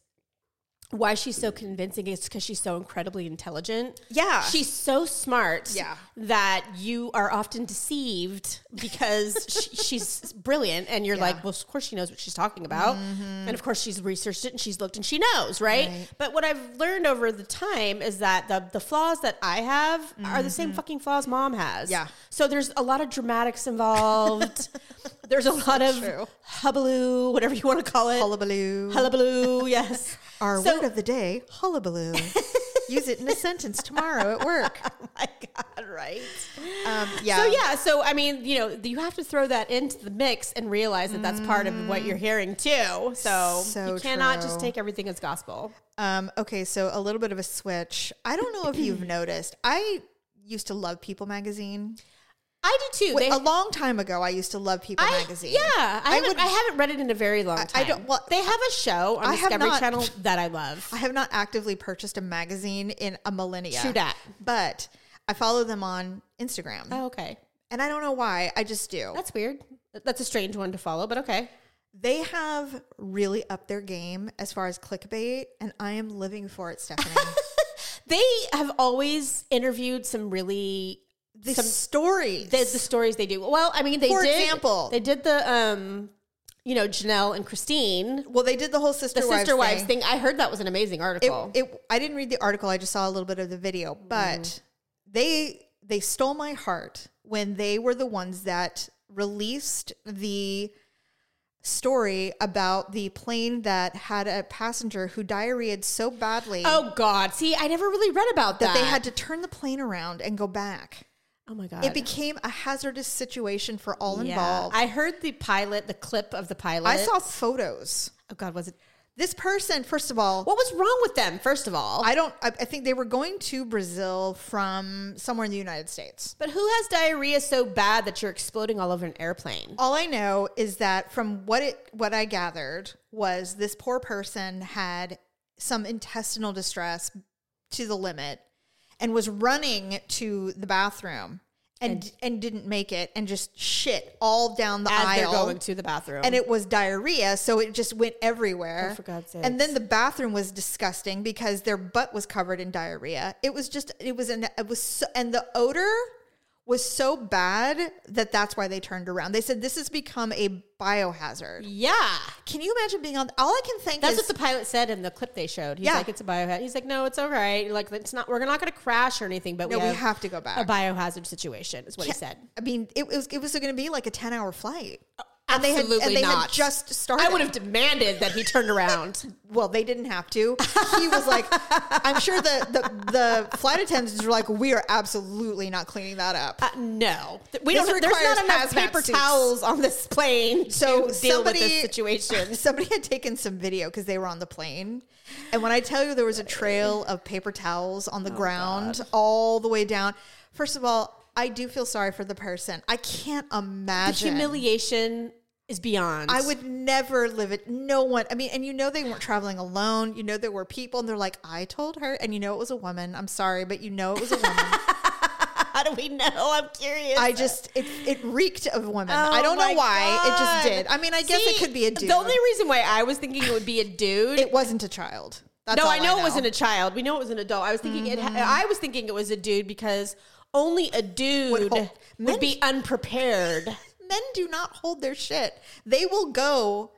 why she's so convincing is because she's so incredibly intelligent.
Yeah.
She's so smart
Yeah.
that you are often deceived because she, she's brilliant and you're like, well, of course she knows what she's talking about. And of course she's researched it and she's looked and she knows, right?
Mm-hmm. Right.
But what I've learned over the time is that the, the flaws that I have are the same fucking flaws mom has.
Mm-hmm. Yeah.
So there's a lot of dramatics involved. there's a lot of
true.
hullabaloo, whatever you want to call it.
Hullabaloo.
Hullabaloo, yes.
Our
So-
word of the day, hullabaloo. Use it in a sentence tomorrow at work.
Oh my God, right?
Um, yeah.
So, yeah, so I mean, you know, you have to throw that into the mix and realize that that's part of what you're hearing too. So,
So
you cannot just
true.
take everything as gospel.
Um, okay, so a little bit of a switch. I don't know if you've noticed. I used to love People magazine.
I do too.
Wait, a long time ago, I used to love People
I-
magazine.
Yeah, I, haven't,
would-
I haven't read it in a very long time.
I don't- well,
they have a show on
I have
Discovery
not-
Channel that I love.
I have not actively purchased a magazine in a millennia.
True dat.
But I follow them on Instagram.
Oh, okay.
And I don't know why. I just do.
That's weird. That's a strange one to follow, but okay.
They have really upped their game as far as clickbait, and I am living for it, Stephanie.
They have always interviewed some really
the stories.
the, the stories they do. Well, I mean, they
For
did,
example.
they did the um, you know, Janelle and Christine,
well, they did the whole
the
sister wives
sister wives
thing.
thing. I heard that was an amazing
it,
article. Mm.
it I didn't read the article. I just saw a little bit of the video, but they they stole my heart when they were the ones that released the story about the plane that had a passenger who diarrheaed so badly
oh God! See, I never really read about that.
that they had to turn the plane around and go back.
oh my God!
It became a hazardous situation for all
Yeah.
involved.
I heard the pilot, the clip of the pilot.
I, saw photos.
Oh God, was it?
This person, first of all,
What was wrong with them? First of all,
I don't. I, I think they were going to Brazil from somewhere in the United States.
but who has diarrhea so bad that you're exploding all over an airplane?
all I know is that from what it what I gathered was this poor person had some intestinal distress to the limit and was running to the bathroom and and, didn't make it and just shit all down the
As
aisle.
they're going to the bathroom,
and it was diarrhea, so it just went everywhere.
Oh, for God's
And then the bathroom was disgusting because their butt was covered in diarrhea. It was just, it was an, it was, so, and the odor was so bad that that's why they turned around. They said this has become a biohazard.
Yeah.
Can you imagine being on? All I can think
That's
is
what the pilot said in the clip they showed. He's
Yeah.
like, it's a biohazard. He's like, no, it's all right. Like, it's not. We're not going to crash or anything, but
no,
we,
we
have
have to go
a
back.
biohazard situation. Is what he
Can't-
said.
I mean, it, was it was going to be like a ten hour flight,
Absolutely
and they had, and they
not.
had just started.
I would have demanded that he turned around.
Well, they didn't have to. He was like, I'm sure the, the the flight attendants were like, we are absolutely not cleaning that up.
Uh, no, Th- we
This
don't. There's
requires
not enough
hazmat
paper
suits.
towels on this plane
So
to deal with
somebody-
this situation.
Somebody had taken some video because they were on the plane, and when I tell you there was a trail of paper towels on the
Oh,
ground all the way down. First of all, I do feel sorry for the person. I can't
The
imagine.
humiliation is beyond.
I would never live it. No one. I mean, and you know they weren't traveling alone. You know there were people, and they're like, "I told her," and you know it was a woman. I'm sorry, but you know it was a woman.
How do we know? I'm curious.
I just it it reeked of women.
Oh
I don't know
my
why it
God.
just did. I mean, I guess it
See,
could be a dude.
The only reason why I was thinking it would be a dude.
it wasn't a child. That's
no,
all
I know, it wasn't a child. We know it was an adult. I was thinking it. Ha- I was thinking it was a dude because only a dude would,
Mm-hmm. Would hold- men-
be unprepared.
Men do not hold their shit. They will go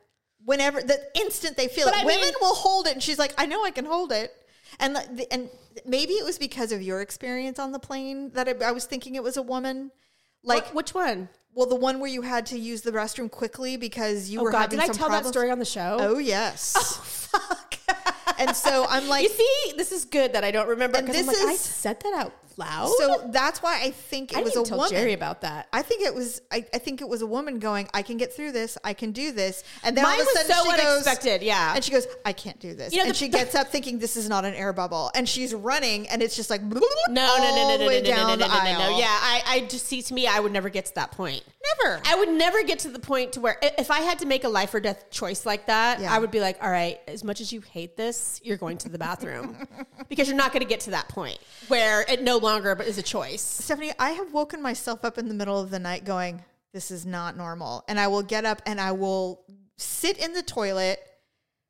whenever the instant they feel
But
it.
I
Women
mean-
will hold it, and she's like, I know I can hold it. And like, the- and maybe it was because of your experience on the plane that I, I was thinking it was a woman. Like,
Like which one?
well, the one where you had to use the restroom quickly because you
Oh
were
God!
having
Did I
some
tell
problems.
that story on the show?
Oh yes.
fuck.
And so I'm like-
you see, this is good that I don't remember.
And
Because
this
like, I
is-
said that out loud.
So that's why I think it
Oh, I
was
didn't
a
tell
woman.
Jerry about that.
I think it was I, I think it was a woman going, I can get through this, I can do this. And then
Mine
all of a
was
sudden
so
she goes
unexpected. yeah,
and she goes, I can't do this.
You know,
and
the-
she gets up thinking this is not an air bubble. And she's running and it's just like no, all
No, no, no, no,
the
no, no,
way
no, no, no,
down the
no, no, no.
aisle.
Yeah, I, I just see to me, I would never get to that point.
Never.
I would never get to the point to where i- if I had to make a life or death choice like that,
Yeah.
I would be like, all right, as much as you hate this, you're going to the bathroom because you're not going to get to that point where it no longer is a choice.
Stephanie, I have woken myself up in the middle of the night going, This is not normal. And I will get up and I will sit in the toilet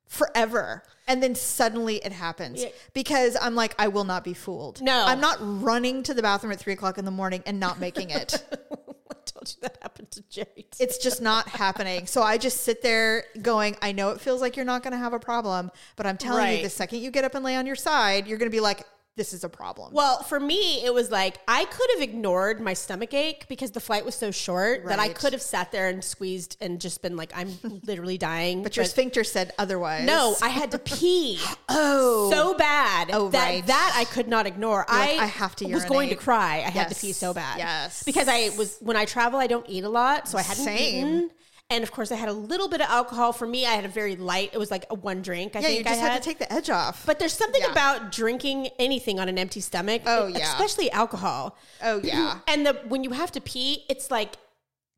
forever. And then suddenly it happens
Yeah.
because I'm like, I will not be fooled.
No.
I'm not running to the bathroom at three o'clock in the morning and not making it.
I told you that happened to Jerry. too.
it's just not happening. So I just sit there going, I know it feels like you're not going to have a problem, but I'm telling
Right.
you, the second you get up and lay on your side, you're going to be like, this is a problem.
Well, for me, it was like I could have ignored my stomach ache because the flight was so short that I
Right.
could have sat there and squeezed and just been like, I'm literally dying.
but your sphincter said otherwise.
No, I had to pee.
Oh.
so bad
Oh,
that
right.
that I could not ignore. I
like, "I have to
was going to
urinate."
cry. I had to
Yes.
pee so bad.
Yes.
because I was when I travel, I don't eat a lot, so I hadn't
Same.
eaten. And of course, I had a little bit of alcohol. For me, I had a very light. It was like a one drink. I
Yeah,
think
you just
I
had,
had
to take the edge off.
But there's something
Yeah.
about drinking anything on an empty stomach. e-,
Oh, yeah.
especially alcohol.
oh yeah,
And the when you have to pee, it's like,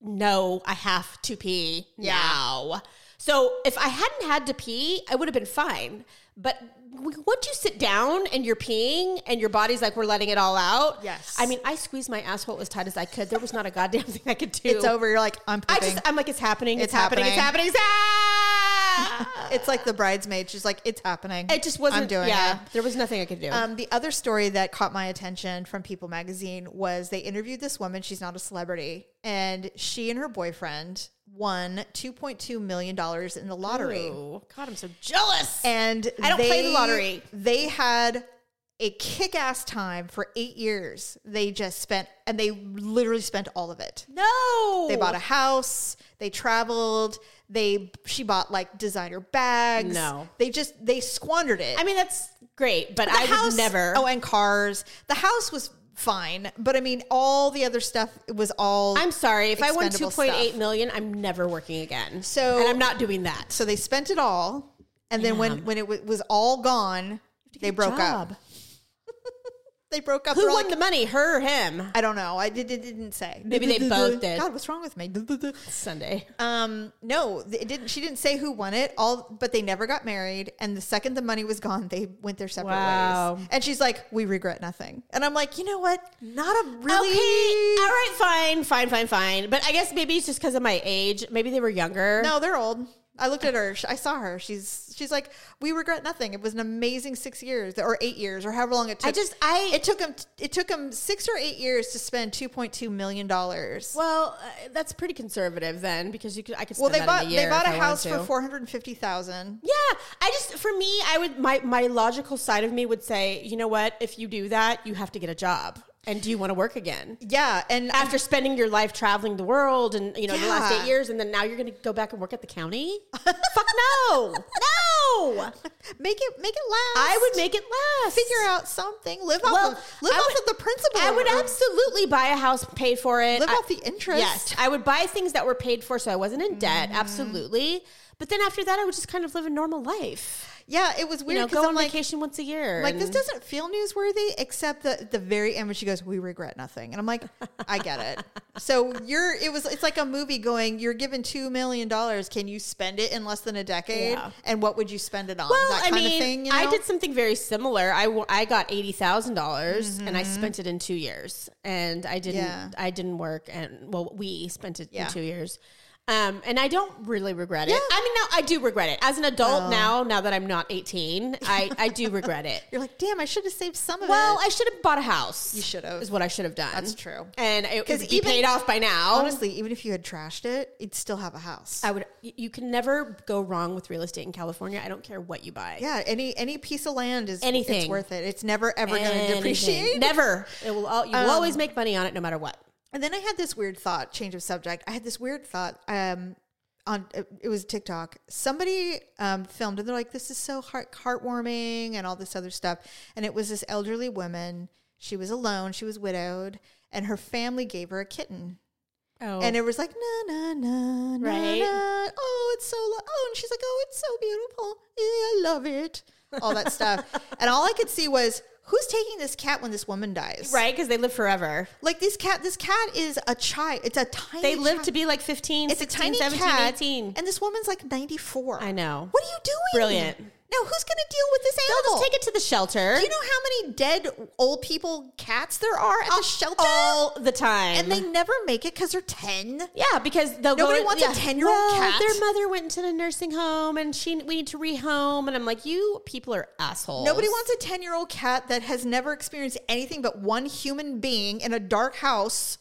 no, I have to pee
Yeah.
now. So if I hadn't had to pee, I would have been fine. But w- once you sit down and you're peeing and your body's like, we're letting it all out.
Yes.
I mean, I squeezed my asshole as tight as I could. There was not a goddamn thing I could do.
it's over. You're like I'm
I
pooping.
just, I'm like, it's happening. It's,
It's
happening,
happening.
It's happening. It's, ah!
it's like the bridesmaid. She's like, it's happening.
it just wasn't.
I'm doing
yeah.
it.
There was nothing I could do.
Um, the other story that caught my attention from People magazine was they interviewed this woman. She's not a celebrity, and she and her boyfriend won 2.2 million dollars in the lottery.
Ooh, God, I'm so jealous.
And
I don't play the lottery.
They had a kick-ass time for eight years. They just spent, and they literally spent all of it.
no.
They bought a house. They traveled. They she bought like designer bags.
No.
they just they squandered it.
I mean, that's great, but
The
I
house
would never.
Oh, and cars. The house was fine, but I mean, all the other stuff was all.
I'm sorry. If I won
Expendable
2.8 million, I'm never working again.
So-
and I'm not doing that.
so they spent it all, and then when when it w- was all gone, they broke up. They broke up.
Who
They're all
won
like,
the money? Her or him?
I don't know. I did, it didn't say.
Maybe they both did.
God, what's wrong with me?
Sunday.
Um, no, it didn't. She didn't say who won it. All, but they never got married. And the second the money was gone, they went their separate
Wow.
ways. And she's like, "We regret nothing." And I'm like, you know what? Not a really.
Okay. All right. Fine. Fine. Fine. Fine. But I guess maybe it's just because of my age. Maybe they were younger.
No, they're old. I looked at her. sh- I saw her. She's she's like, we regret nothing. It was an amazing six years or eight years or however long it took.
I just I
it took him it took him six or eight years to spend two point two million dollars.
well, uh, that's pretty conservative then because you could I could spend
Well, they
that
bought
in a year
they bought
if
a
I wanted
house for
to.
four hundred and fifty thousand.
Yeah, I just for me, I would my my logical side of me would say, you know what? If you do that, you have to get a job. And do you want to work again?
Yeah, and
After spending your life traveling the world and you know the last
Yeah.
eight years, and then now you're going to go back and work at the county? Fuck no, no!
make it make it last.
I would make it last.
figure out something. Live off
Well,
of, live
I
off
would-
of the principal.
I would
or
absolutely buy a house, pay for it.
live
I-
off the interest. Mm-hmm.
Yes, I would buy things that were paid for, so I wasn't in debt. Absolutely, but then after that, I would just kind of live a normal life.
Yeah, it was
You know,
weird because
go on
I'm like,
vacation once a year.
I'm like this
and-
doesn't feel newsworthy, except the the very end when she goes, "We regret nothing," and I'm like, I get it. So you're it was it's like a movie going, you're given two million dollars, can you spend it in less than a decade,
Yeah.
and what would you spend it on?
Well,
that
I
kind
mean,
of thing. You
I
know?
did something very similar. I, w- I got eighty dollars, and I spent it in two years, and I didn't
Mm-hmm. Yeah.
I didn't work, and well, we spent it
Yeah.
in two years, um, and I don't really regret it.
Yeah. Oh.
I mean, now I do regret it as an adult now. Now that I'm not eighteen, I I do regret it.
You're like, damn, I should have saved some of
Well,
it.
I should have bought a house. You
should have.
is what I should have done.
That's true.
and it
'Cause
would be
even-
paid off by now.
Honestly, even if you had trashed it, you'd still have a house.
I would. You you can never go wrong with real estate in California. I don't care what you buy.
yeah, any any piece of land is it's
Anything.
worth it. It's never ever going to
Anything.
depreciate. Um,
Never. It will. All, you will always make money on it, no matter what.
And then I had this weird thought, change of subject. I had this weird thought um, on it was TikTok. Somebody um, filmed and they're like, "This is so heart heartwarming" and all this other stuff. And it was this elderly woman. She was alone. She was widowed, and her family gave her a kitten.
Oh,
And it was like na na na na
Right.
na. Oh, it's so lo- oh, and she's like, oh, it's so beautiful. Yeah, I love it. All that stuff. And all I could see was who's taking this cat when this woman dies,
right because they live forever.
like this cat, this cat is a child. It's a tiny.
They live
chi-
to be like 15,
It's
16,
a tiny
17,
cat,
18.
and this woman's like ninety four.
I know.
What are you doing?
Brilliant.
Now who's going to deal with this
They'll
animal?
just take it to the shelter
Do you know how many dead old people cats there are at the shelter?
Oh, all the time.
and they never make it because they're ten.
yeah, because they'll
Nobody
go,
wants a
yeah.
10-year-old
well,
cat.
Their mother went to the nursing home, and she we need to rehome. And I'm like, you people are assholes.
Nobody wants a ten year old cat that has never experienced anything but one human being in a dark house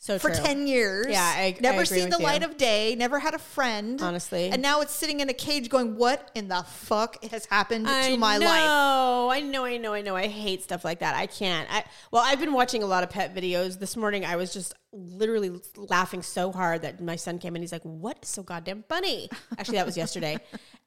so
for
true.
ten years.
Yeah, I- I
never
agree
seen
with
the
you.
light of day. Never had a friend.
Honestly.
and now it's sitting in a cage, going, "What in the fuck has happened
I
to my
know,
life?"
I know, I know, I know. I hate stuff like that. I can't. I well, I've been watching a lot of pet videos. This morning, I was just literally laughing so hard that my son came in. He's like, "What is so goddamn funny?" Actually, that was yesterday.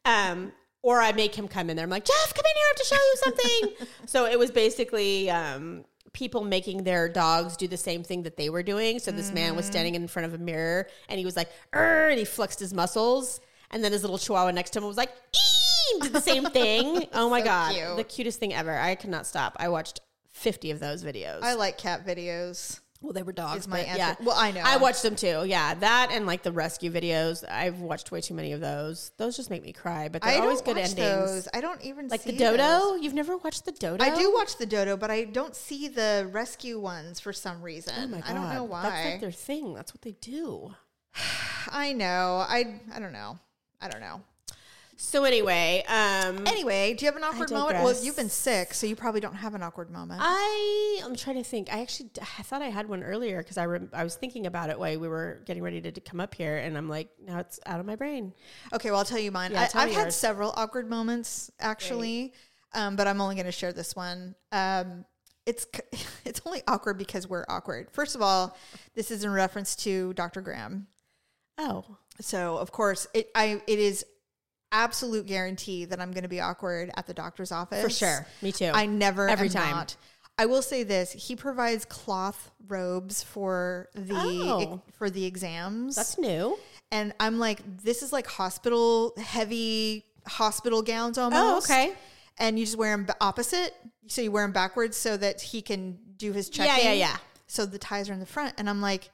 Um, or I make him come in there. I'm like, "Jeff, come in here. I have to show you something." so it was basically. Um, People making their dogs do the same thing that they were doing. So this man was standing in front of a mirror, and he was like, "Err," and he flexed his muscles, and then his little chihuahua next to him was like, "Ee!" did the same thing. Oh my
So
god,
cute.
the cutest thing ever! I could not stop. I watched fifty of those videos.
I like cat videos.
well, they were dogs.
my
but
answer.
yeah.
Well, I know.
I watched them too. Yeah, that and like the rescue videos. I've watched way too many of those. Those just make me cry. But
I
they're
don't
always good
watch
endings.
those. I don't even
Like the
see
dodo.
those.
You've never watched the dodo?
I do watch the dodo, but I don't see the rescue ones for some reason.
Oh my god!
I don't know
That's
why.
like their thing. That's what they do.
I know. I I don't know. I don't know.
So anyway, um,
Anyway, do you have an awkward moment? Well,
digress.
you've been sick, so you probably don't have an awkward moment.
I I'm trying to think. I actually d- I thought I had one earlier because I rem- I was thinking about it while we were getting ready to, d come up here, and I'm like, now it's out of my brain.
Okay, well, I'll tell you mine.
Yeah,
I,
tell
I've
me
had
yours.
several awkward moments actually, um, but I'm only going to share this one. Um, it's c- it's only awkward because we're awkward. First of all, this is in reference to Dr. Graham.
Oh,
So of course, it I it is absolute guarantee that I'm going to be awkward at the doctor's office
for sure. Me too.
I never
Every
am
time.
not. I will say this: he provides cloth robes for the e,
Oh.
for the exams.
That's new.
and I'm like, this is like hospital heavy hospital gowns almost.
Oh, okay.
And you just wear them opposite, so you wear them backwards so that he can do his checking.
yeah, yeah.
So the ties are in the front, and I'm like,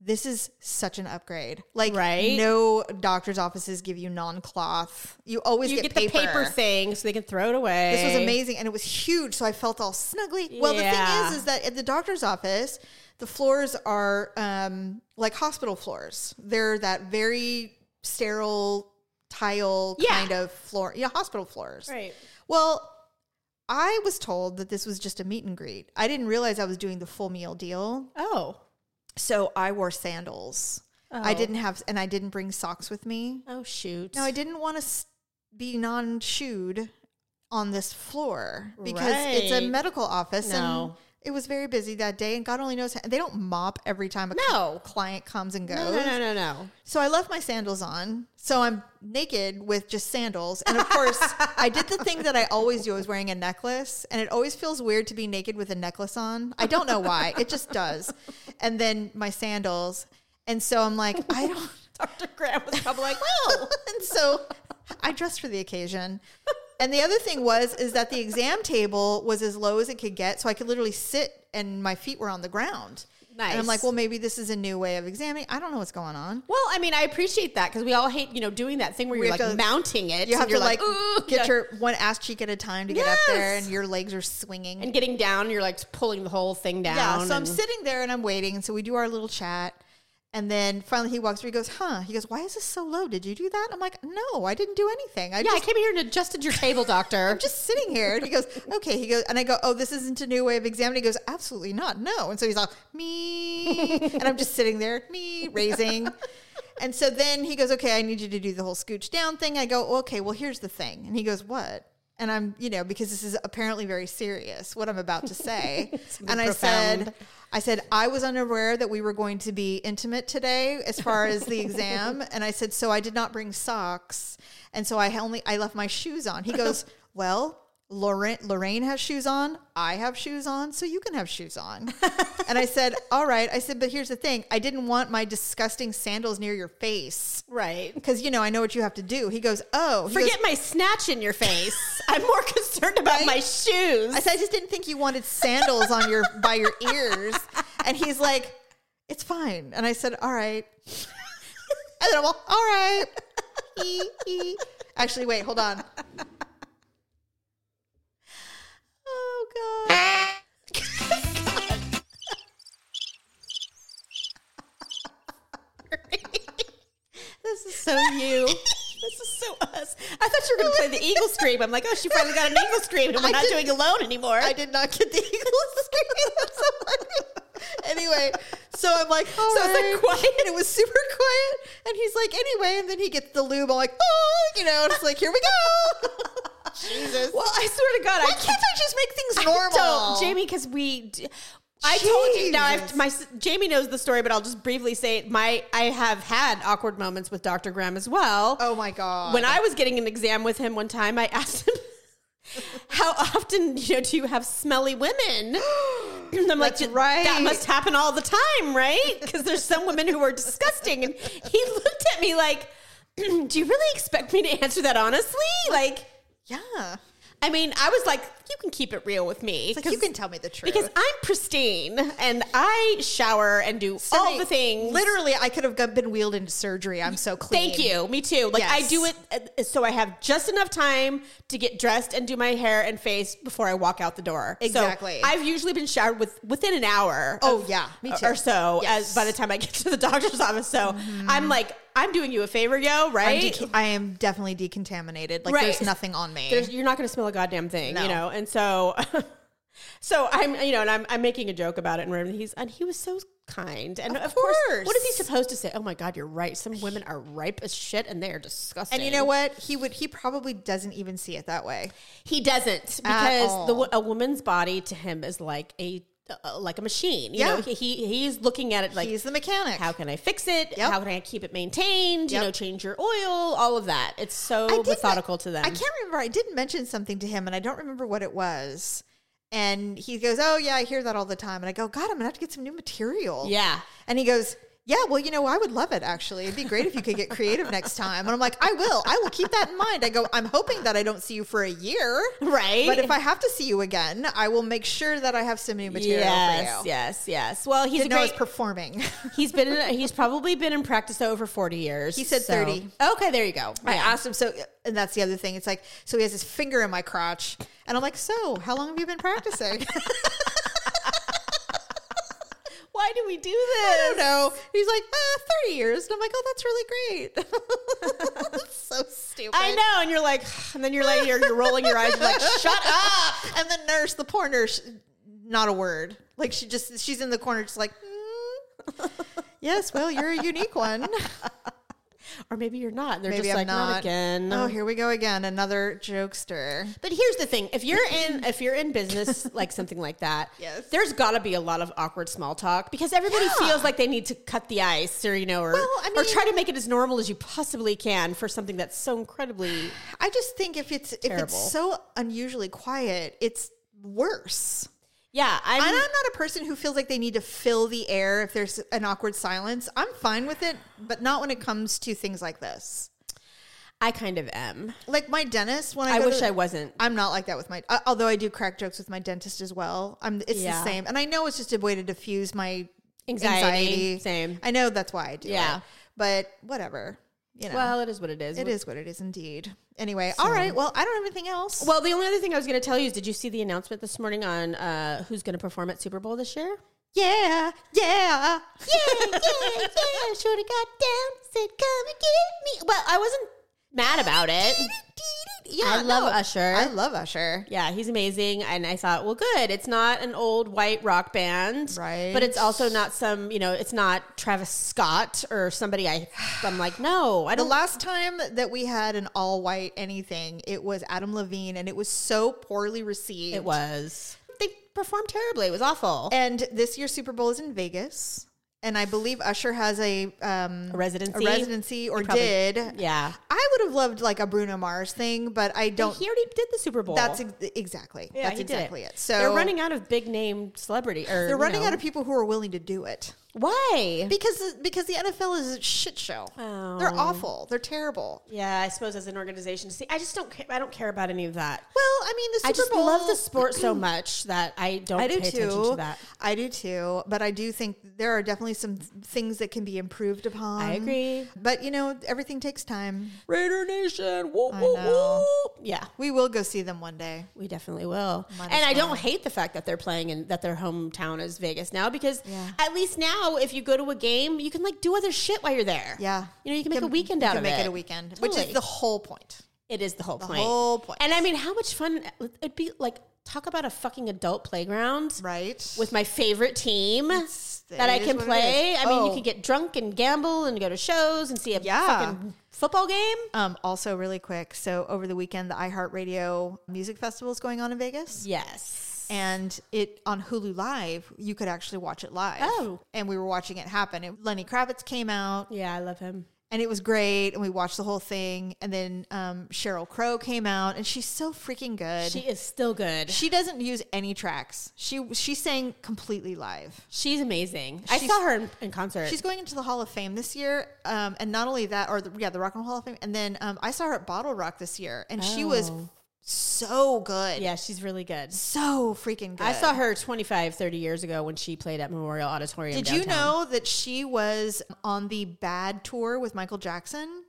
this is such an upgrade. Like,
Right?
no doctor's offices give you non-cloth. You always
You
get,
get, the paper thing so they can throw it away.
This was amazing, and it was huge, so I felt all snuggly. Well, the thing
Yeah.
is, is that at the doctor's office, the floors are um, like hospital floors. They're that very sterile tile
Yeah.
kind of floor, you know, hospital floors.
Right.
Well, I was told that this was just a meet and greet. I didn't realize I was doing the full meal deal.
Oh.
So I wore sandals. I
Oh.
didn't have, and I didn't bring socks with me.
Oh shoot.
Now, I didn't want to be non shoed on this floor because it's a
Right.
medical office and
No.
it was very busy that day. And God only knows, they don't mop every time a cl-
No.
client comes and goes.
No, no, no, no, no.
So I left my sandals on. So I'm naked with just sandals. And of course, I did the thing that I always do is wearing a necklace. And it always feels weird to be naked with a necklace on. I don't know why. It just does. And then my sandals. And so I'm like, I don't
Dr. Graham was probably like,
and so I dressed for the occasion. And the other thing was is that the exam table was as low as it could get, so I could literally sit and my feet were on the ground. And I'm
Nice.
like, well, maybe this is a new way of examining. I don't know what's going on.
Well, I mean, I appreciate that because we all hate, you know, doing that thing where
We
you're like
have to-
mounting it.
You
and
have
you're
to like,
"Ooh,"
get
yeah.
your one ass cheek at a time to get up there,
Yes.
and your legs are swinging.
and getting down. You're like pulling the whole thing down.
yeah, so I'm
and-
sitting there and I'm waiting. And so we do our little chat. And then finally he walks through. He goes, huh? He goes, why is this so low? Did you do that? I'm like, no, I didn't do anything. I
Yeah,
just
I came here and adjusted your table, doctor.
I'm just sitting here. And he goes, okay. He goes, and I go, oh, this isn't a new way of examining. He goes, absolutely not. No. And so he's like, me. And I'm just sitting there, me, raising. And so then he goes, okay, I need you to do the whole scooch down thing. I go, okay, well, here's the thing. And he goes, what? And I'm, you know, because this is apparently very serious, what I'm about to say. and I said,
profound.
I said, I was unaware that we were going to be intimate today as far as the exam. And I said, so I did not bring socks. And so I only, I left my shoes on. He goes, well, Lorraine, Lorraine has shoes on. I have shoes on. So you can have shoes on. and I said, all right. I said, but here's the thing. I didn't want my disgusting sandals near your face.
right.
Cause you know, I know what you have to do. He goes, oh, He goes,
Forget my snatch in your face. I'm more concerned about my shoes.
I said, I just didn't think you wanted sandals on your by your ears. And he's like, it's fine. And I said, all right. And then I'm all, all right. Ee, ee. Actually, wait, hold on. Oh god. This is so
you. This is so us. I thought you were going to play the eagle scream. I'm like, oh, she finally got an eagle scream, and we're
I
not
didn't-
doing alone anymore.
I did not get the eagle screaming. That's so funny. Anyway, so I'm like, all
So it's,
right.
like, quiet.
And it was super quiet. And he's like, anyway, and then he gets the lube. I'm like, oh, you know, and it's like, here we go. Jesus.
well, I swear to God,
Why
I
can't I just make things normal?
Don't, Jamie, because we. d- I told you now. I've,
Jesus.
my s- Jamie knows the story, but I'll just briefly say it. My I have had awkward moments with Dr. Graham as well.
Oh my god.
When I was getting an exam with him one time, I asked him, "How often you know do you have smelly women?" And I'm like,
That's
That
right.
must happen all the time, right? Because there's some women who are disgusting." And he looked at me like, "Do you really expect me to answer that honestly?" Like,
yeah.
I mean, I was like, "You can keep it real with me."
Like you can tell me the truth.
because I'm pristine and I shower and do all
I-
the things.
Literally, I could have got- been wheeled into surgery. I'm so clean.
Thank you. Me too. Like I
Yes.
do it uh, so I have just enough time to get dressed and do my hair and face before I walk out the door. So
Exactly.
I've usually been showered with within an hour.
Oh,
of-
yeah. Me too.
Or so
Yes. Mm-hmm.
as by the time I get to the doctor's office. So I'm like, I'm doing you a favor, yo.
I'm
Right.
deca- I am definitely decontaminated. Like
Right.
there's nothing on me.
There's, you're not going to smell a goddamn thing,
No.
you know. And so, so I'm, you know, and I'm, I'm making a joke about it, and everything. he's and he was so kind, and of, course.
course.
what is he supposed to say? Oh my god, you're right. Some women are ripe as shit, and they are disgusting.
and you know what? He would. He probably doesn't even see it that way.
He doesn't
At
because the,
all.
wo- a woman's body to him is like a uh, like a machine. You
Yeah.
know, he, he he's looking at it like
He's the mechanic.
how can I fix it?
Yep.
How can I keep it maintained?
Yep.
You know, change your oil, all of that. It's so
I did-
methodical to them.
I can't remember. I did mention something to him, and I don't remember what it was. And he goes, "Oh yeah, I hear that all the time." And I go, "God, I'm gonna have to get some new material."
Yeah.
And he goes, "Yeah, well, you know, I would love it actually. It'd be great if you could get creative next time." And I'm like, "I will. I will keep that in mind." I go, "I'm hoping that I don't see you for a year,
Right.
But if I have to see you again, I will make sure that I have some new material
yes,
for you."
yes, yes. Well, he's
Didn't
a
know I was
great.
performing.
he's been in, he's probably been in practice though for forty years.
He said
so-
30.
Okay, there you go.
I
Yeah.
asked him so, and that's the other thing. It's like so he has his finger in my crotch, and I'm like, "So, how long have you been practicing?"
Why why do we do
I
this?
don't know. And he's like, uh, 30 years. And I'm like, oh, that's really great. That's so stupid.
I know. And you're like, and then you're like, you're, you're rolling your eyes. You're like, shut up.
And the nurse, the poor nurse, not a word. Like she just, she's in the corner, just like, "Mm." yes, well, you're a unique one.
Or maybe you're not. They're
Maybe
just
I'm
like, not,
not.
again.
Oh, here we go again. Another jokester.
But here's the thing: if you're in if you're in business like something like that,
Yes.
there's got to be a lot of awkward small talk because everybody
Yeah.
feels like they need to cut the ice, or you know, or
Well, I
or
mean-
try to make it as normal as you possibly can for something that's so incredibly.
I just think if it's, if
Terrible.
it's so unusually quiet, it's worse.
Yeah, I'm.
And I'm not a person who feels like they need to fill the air if there's an awkward silence. I'm fine with it, but not when it comes to things like this.
I kind of am.
Like my dentist, when I,
I
go
wish
to,
I wasn't.
I'm not like that with my. Uh, although I do crack jokes with my dentist as well. I'm. It's
Yeah.
the same, and I know it's just a way to diffuse my
Anxiety,
anxiety.
same.
I know that's why I do.
Yeah.
it. but whatever. You know,
Well, it is what it is.
it is what it is, indeed. Anyway, all right. Well, I don't have anything else.
Well, the only other thing I was going to tell you is, did you see the announcement this morning on uh, who's going to perform at Super Bowl this year?
yeah, yeah, yeah, yeah.
yeah, shoulda got down, said, "Come and get me." Well, I wasn't mad about it.
yeah,
I love
no.
Usher.
I love Usher.
yeah, he's amazing, and I thought, well, good. It's not an old white rock band,
Right.
But it's also not some, you know, it's not Travis Scott or somebody. I, I'm like, no, I
The
don't.
last time that we had an all white anything, it was Adam Levine, and it was so poorly received.
it was they performed terribly. It was awful.
And this year's Super Bowl is in Vegas, and I believe Usher has a um,
A residency?
a residency, or
probably-
did.
yeah,
I would have loved like a Bruno Mars thing, but I don't.
he already did the Super Bowl.
That's ex- exactly.
Yeah,
that's
he did
exactly it. So
they're running out of big name celebrity. Or
They're running out of
people.
people who are willing to do it
why?
because because the NFL is a shit show. They're
Oh.
awful. They're terrible.
yeah, I suppose as an organization, see, I just don't. Ca- I don't care about any of that.
Well, I mean, the Super
I just
Bowl.
love the sport so much that I don't
I do
pay
too.
attention to that.
I do too. But I do think there are definitely some th- things that can be improved upon.
I agree.
But you know, everything takes time.
Raider Nation. Whoop,
I
whoop,
know.
whoop. Yeah.
We will go see them one day.
We definitely will.
Might
and
as
I
well.
don't hate the fact that they're playing and that their hometown is Vegas now because
Yeah.
at least now if you go to a game, you can like do other shit while you're there.
Yeah.
You know, you can make a weekend
you
out
can
of
make
it.
a weekend, which
Totally.
is the whole point.
It is the whole point.
whole point.
And I mean, how much fun it'd be like talk about a fucking adult playground
Right?
with my favorite team.
it
that I
is
can
what it
play.
is.
I mean, you
Oh.
can get drunk and gamble and go to shows and see a
Yeah.
fucking football game.
um, also really quick. So over the weekend, the iHeartRadio Music Festival is going on in Vegas.
Yes.
and it on Hulu Live, you could actually watch it live.
Oh.
and we were watching it happen. It, Lenny Kravitz came out,
Yeah, I love him.
and it was great, and we watched the whole thing. And then um, Cheryl Crow came out, and she's so freaking good.
She
She,
is still good.
doesn't use any tracks. She she sang completely live.
She's amazing. I
She's-
saw her in, in concert.
She's going into the Hall of Fame this year, um, and not only that, or the, yeah, the Rock and Roll Hall of Fame. And then um, I saw her at Bottle Rock this year, and she was
Oh.
so good,
yeah, she's really good.
so freaking good.
I saw her 25, 30 years ago when she played at Memorial Auditorium.
Did you
downtown.
know that she was on the Bad tour with Michael Jackson?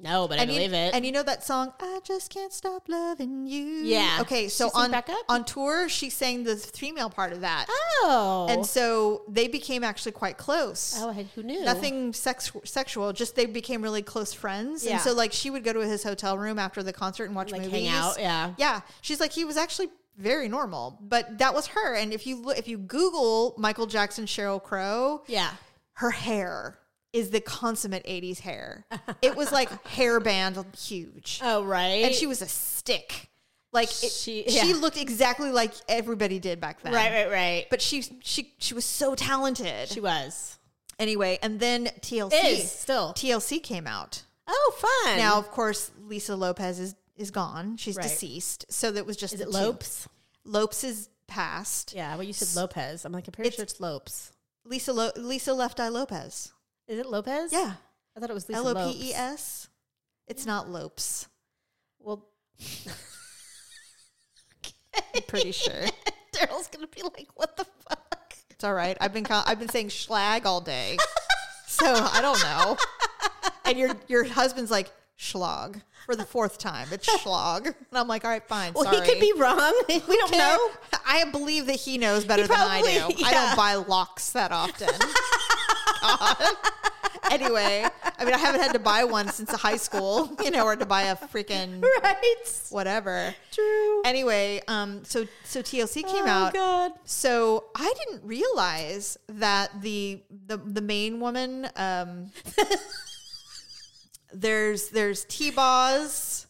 No, but I
you,
believe it.
And you know that song, "I Just Can't Stop Loving You."
Yeah.
Okay,
She
so
sang
on
back up?
on tour, she sang the female part of that,
oh.
and so they became actually quite close.
oh, I- who knew?
Nothing sex, sexual, just they became really close friends.
Yeah.
And so, like, she would go to his hotel room after the concert and watch
Like,
movies.
hang out. Yeah.
Yeah, she's like he was actually very normal, but that was her. And if you look, if you Google Michael Jackson, Cheryl Crow,
Yeah.
her hair is the consummate 80s hair. It was like hairband huge.
Oh, right.
and she was a stick. Like it,
She-
she,
yeah.
looked exactly like everybody did back then.
Right, right, right.
But she she she was so talented.
she was.
anyway, and then TLC
Is still.
TLC came out.
Oh, fun.
Now, of course, Lisa Lopez is is gone. She's
Right.
deceased. So that was just
is
the
it
two.
Lopes?
Lopes is passed.
Yeah, well, you said Lopez. I'm like, I'm pretty
It's-
sure it's Lopes.
Lisa Lo- Lisa Left Eye Lopez.
Is it Lopez?
Yeah.
I thought it was Lisa
L O
Lopes.
P E S. It's not Lopes.
Well,
I'm pretty sure.
Daryl's going to be like, what the fuck?
It's all right. I've been call- I've been saying schlag all day, so I don't know. And your your husband's like Schlag for the fourth time. It's Schlag. And I'm like, all right, fine.
Well,
sorry.
he could be wrong. we don't know.
I believe that he knows better
He
than I do.
probably-
I
yeah.
don't buy locks that often. God. Anyway, I mean, I haven't had to buy one since high school, you know, or to buy a freaking
Right.
whatever.
True.
Anyway, um, so so TLC came
oh,
out.
God.
So I didn't realize that the the, the main woman um there's there's T Boz.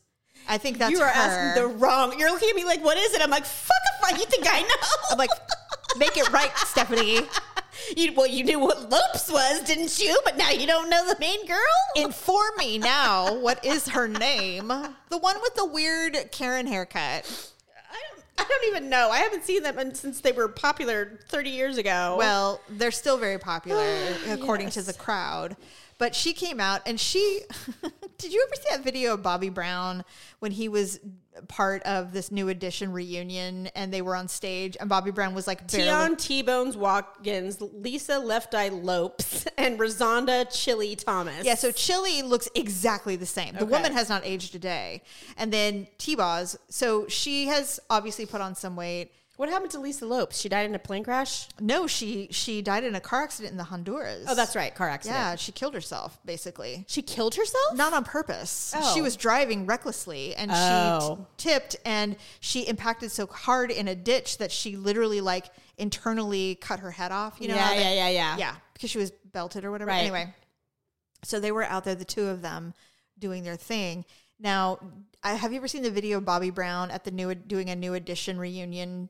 I think that's
You are
her.
asking the wrong. You're looking at me like, what is it? I'm like, fuck if I- You think I know?
I'm like, make it right, Stephanie.
you, well, you knew what Lopes was, didn't you? But now you don't know the main girl.
Inform me now. What is her name? The one with the weird Karen haircut.
I don't. I don't even know. I haven't seen them and- since they were popular 30 years ago.
Well, they're still very popular according to
Yes.
the crowd. But she came out and she did you ever see that video of Bobby Brown when he was part of this new edition reunion and they were on stage and Bobby Brown was like barely
Tion T Bones Watkins, Lisa Left Eye Lopes, and Rosonda Chili Thomas.
Yeah, so Chili looks exactly the same. The
Okay.
woman has not aged a day. And then T Boz, so she has obviously put on some weight.
What happened to Lisa Lopes? She died in a plane crash.
No, she she died in a car accident in the Honduras.
Oh, that's right, car accident.
Yeah, she killed herself, basically.
She killed herself.
Not on purpose.
Oh.
She was driving recklessly and
Oh.
she t- tipped and she impacted so hard in a ditch that she literally like internally cut her head off, you know?
yeah,
how they-
yeah, yeah, yeah,
Yeah, because she was belted or whatever.
Right.
Anyway, so they were out there, the two of them, doing their thing. Now, I, have you ever seen the video of Bobby Brown at the new doing a new edition reunion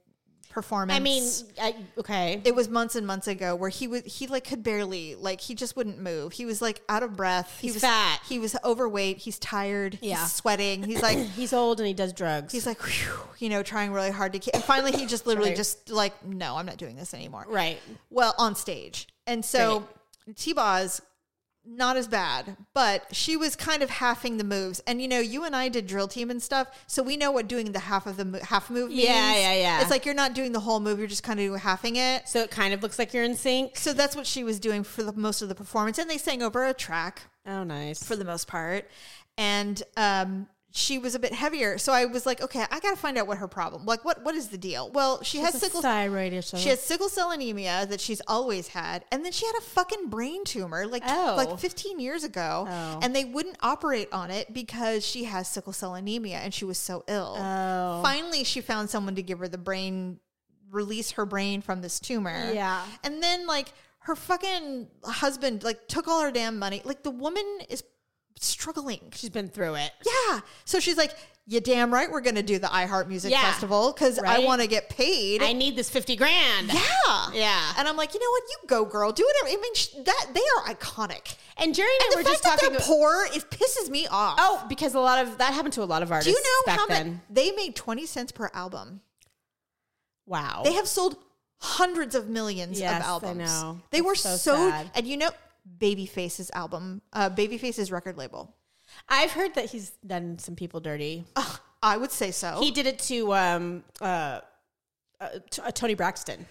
performance?
I mean, I, okay.
it was months and months ago where he was he like could barely like he just wouldn't move. He was like out of breath. He
He's
was
fat.
He was overweight. He's tired.
Yeah.
he's sweating. He's like.
He's old and he does drugs.
He's like, whew, you know, trying really hard to keep. And finally, he just literally
Right.
just like, no, I'm not doing this anymore.
right.
Well, on stage. And so T Boz, not as bad, but she was kind of halfing the moves. And you know, you and I did drill team and stuff, so we know what doing the half of the mo- half move means.
Yeah, yeah, yeah.
It's like you're not doing the whole move, you're just kind of halfing it.
So it kind of looks like you're in sync.
So that's what she was doing for the most of the performance. And they sang over a track
Oh, nice.
for the most part. And um, she was a bit heavier. So I was like, okay, I got to find out what her problem. Like what what is the deal? Well, she has sickle
thyroid issue.
she has sickle cell anemia that she's always had, and then she had a fucking brain tumor like tw-
Oh.
like 15 years ago,
Oh.
and they wouldn't operate on it because she has sickle cell anemia and she was so ill.
Oh.
Finally, she found someone to give her the brain release her brain from this tumor.
Yeah.
and then like her fucking husband like took all her damn money. Like the woman is struggling.
She's been through it.
Yeah. So she's like, you damn right we're going to do the iHeart Music
Yeah.
Festival because
Right?
I want to get paid.
I need this 50 grand.
yeah.
Yeah.
And I'm like, you know what? You go, girl. Do whatever. I mean, sh- that they are iconic.
And Jerry
And
and,
the
I were
fact
just
that
talking.
they're poor, it pisses me off.
oh, because a lot of that happened to a lot of
Do
artists
you know
back
how
then.
much they made? Twenty cents per album.
wow.
They have sold hundreds of millions
Yes,
of
I
albums.
know.
They
It's
were
so
so,
sad.
and you know, Babyface's album, uh, Babyface's record label.
I've heard that he's done some people dirty.
Ugh, I would say so.
He did it to um uh, uh, t- uh Tony Braxton.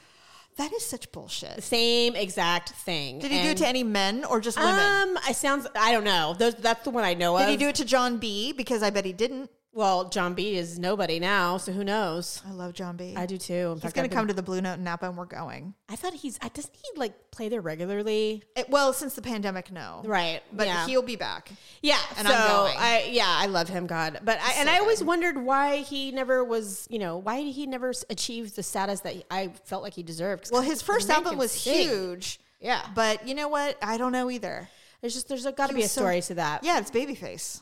that is such bullshit.
Same exact thing.
Did he do it to any men or just women?
Um, I sounds. I don't know. Those. That's the one I know
Did
of.
he do it to John B? Because I bet he didn't.
Well, John B is nobody now, so who knows?
I love John B.
I do too. In
He's
fact,
going to
I've been-
come to the Blue Note in Napa, and we're going.
I thought he's. I Doesn't he like play there regularly?
It- well, since the pandemic, no.
Right.
But
yeah.
he'll be back.
Yeah,
And
so
I'm going.
I yeah, I love him, God. But I and I always wondered why he never was, you know, why he never s- achieved the status that he- I felt like he deserved. 'Cause
Well, his first
man
album
can
was
sing.
huge.
Yeah, but
But you know what? I don't know either.
there's just there's got to
He
be a
was so-
story to that.
Yeah, it's Babyface.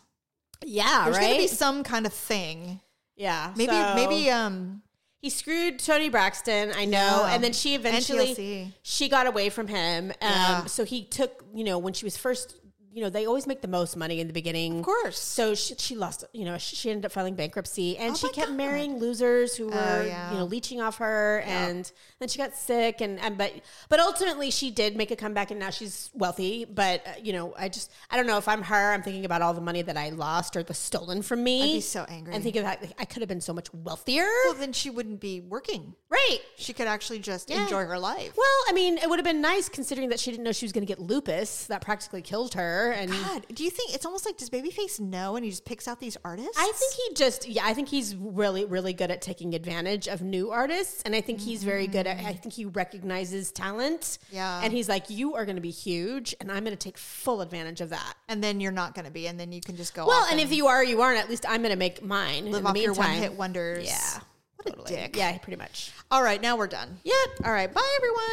yeah,
There's going
right.
to be some kind of thing.
yeah,
Maybe,
so-
maybe, um,
he screwed Tony Braxton. I know,
Yeah.
and then she
And
eventually
TLC.
she got away from him. Um,
Yeah.
So he took, you know, when she was first, you know, they always make the most money in the beginning,
of course.
So she, she lost, you know, she, she ended up filing bankruptcy and
Oh
she
my
kept
God. Oh,
marrying losers who were,
yeah.
you know, leeching off her. And then she got sick. And, and, but, but ultimately she did make a comeback and now she's wealthy. But, uh, you know, I just, I don't know if I'm her. I'm thinking about all the money that I lost or was stolen from me.
I'd be so angry.
And think of that, like, I could have been so much wealthier.
Well, then she wouldn't be working.
Right.
She could actually just
Yeah.
enjoy her life.
Well, I mean, it would have been nice considering that she didn't know she was going to get lupus that practically killed her. her and
God, do you think it's almost like does Babyface know and he just picks out these artists?
I think he just yeah, I think he's really really good at taking advantage of new artists and I think he's very good at I think he recognizes talent.
Mm. Yeah.
And he's like you are going to be huge and I'm going to take full advantage of that.
and then you're not going to be, and then you can just go.
Well,
off
and if you are you aren't at least I'm going to make mine in
live
the
off your one
meantime.
hit wonders,
Yeah.
what a dick.
Yeah, pretty much.
All right, now we're done.
Yep.
All right, bye everyone.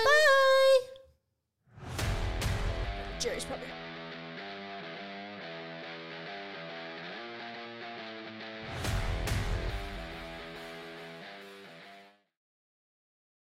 Bye. Jerry's probably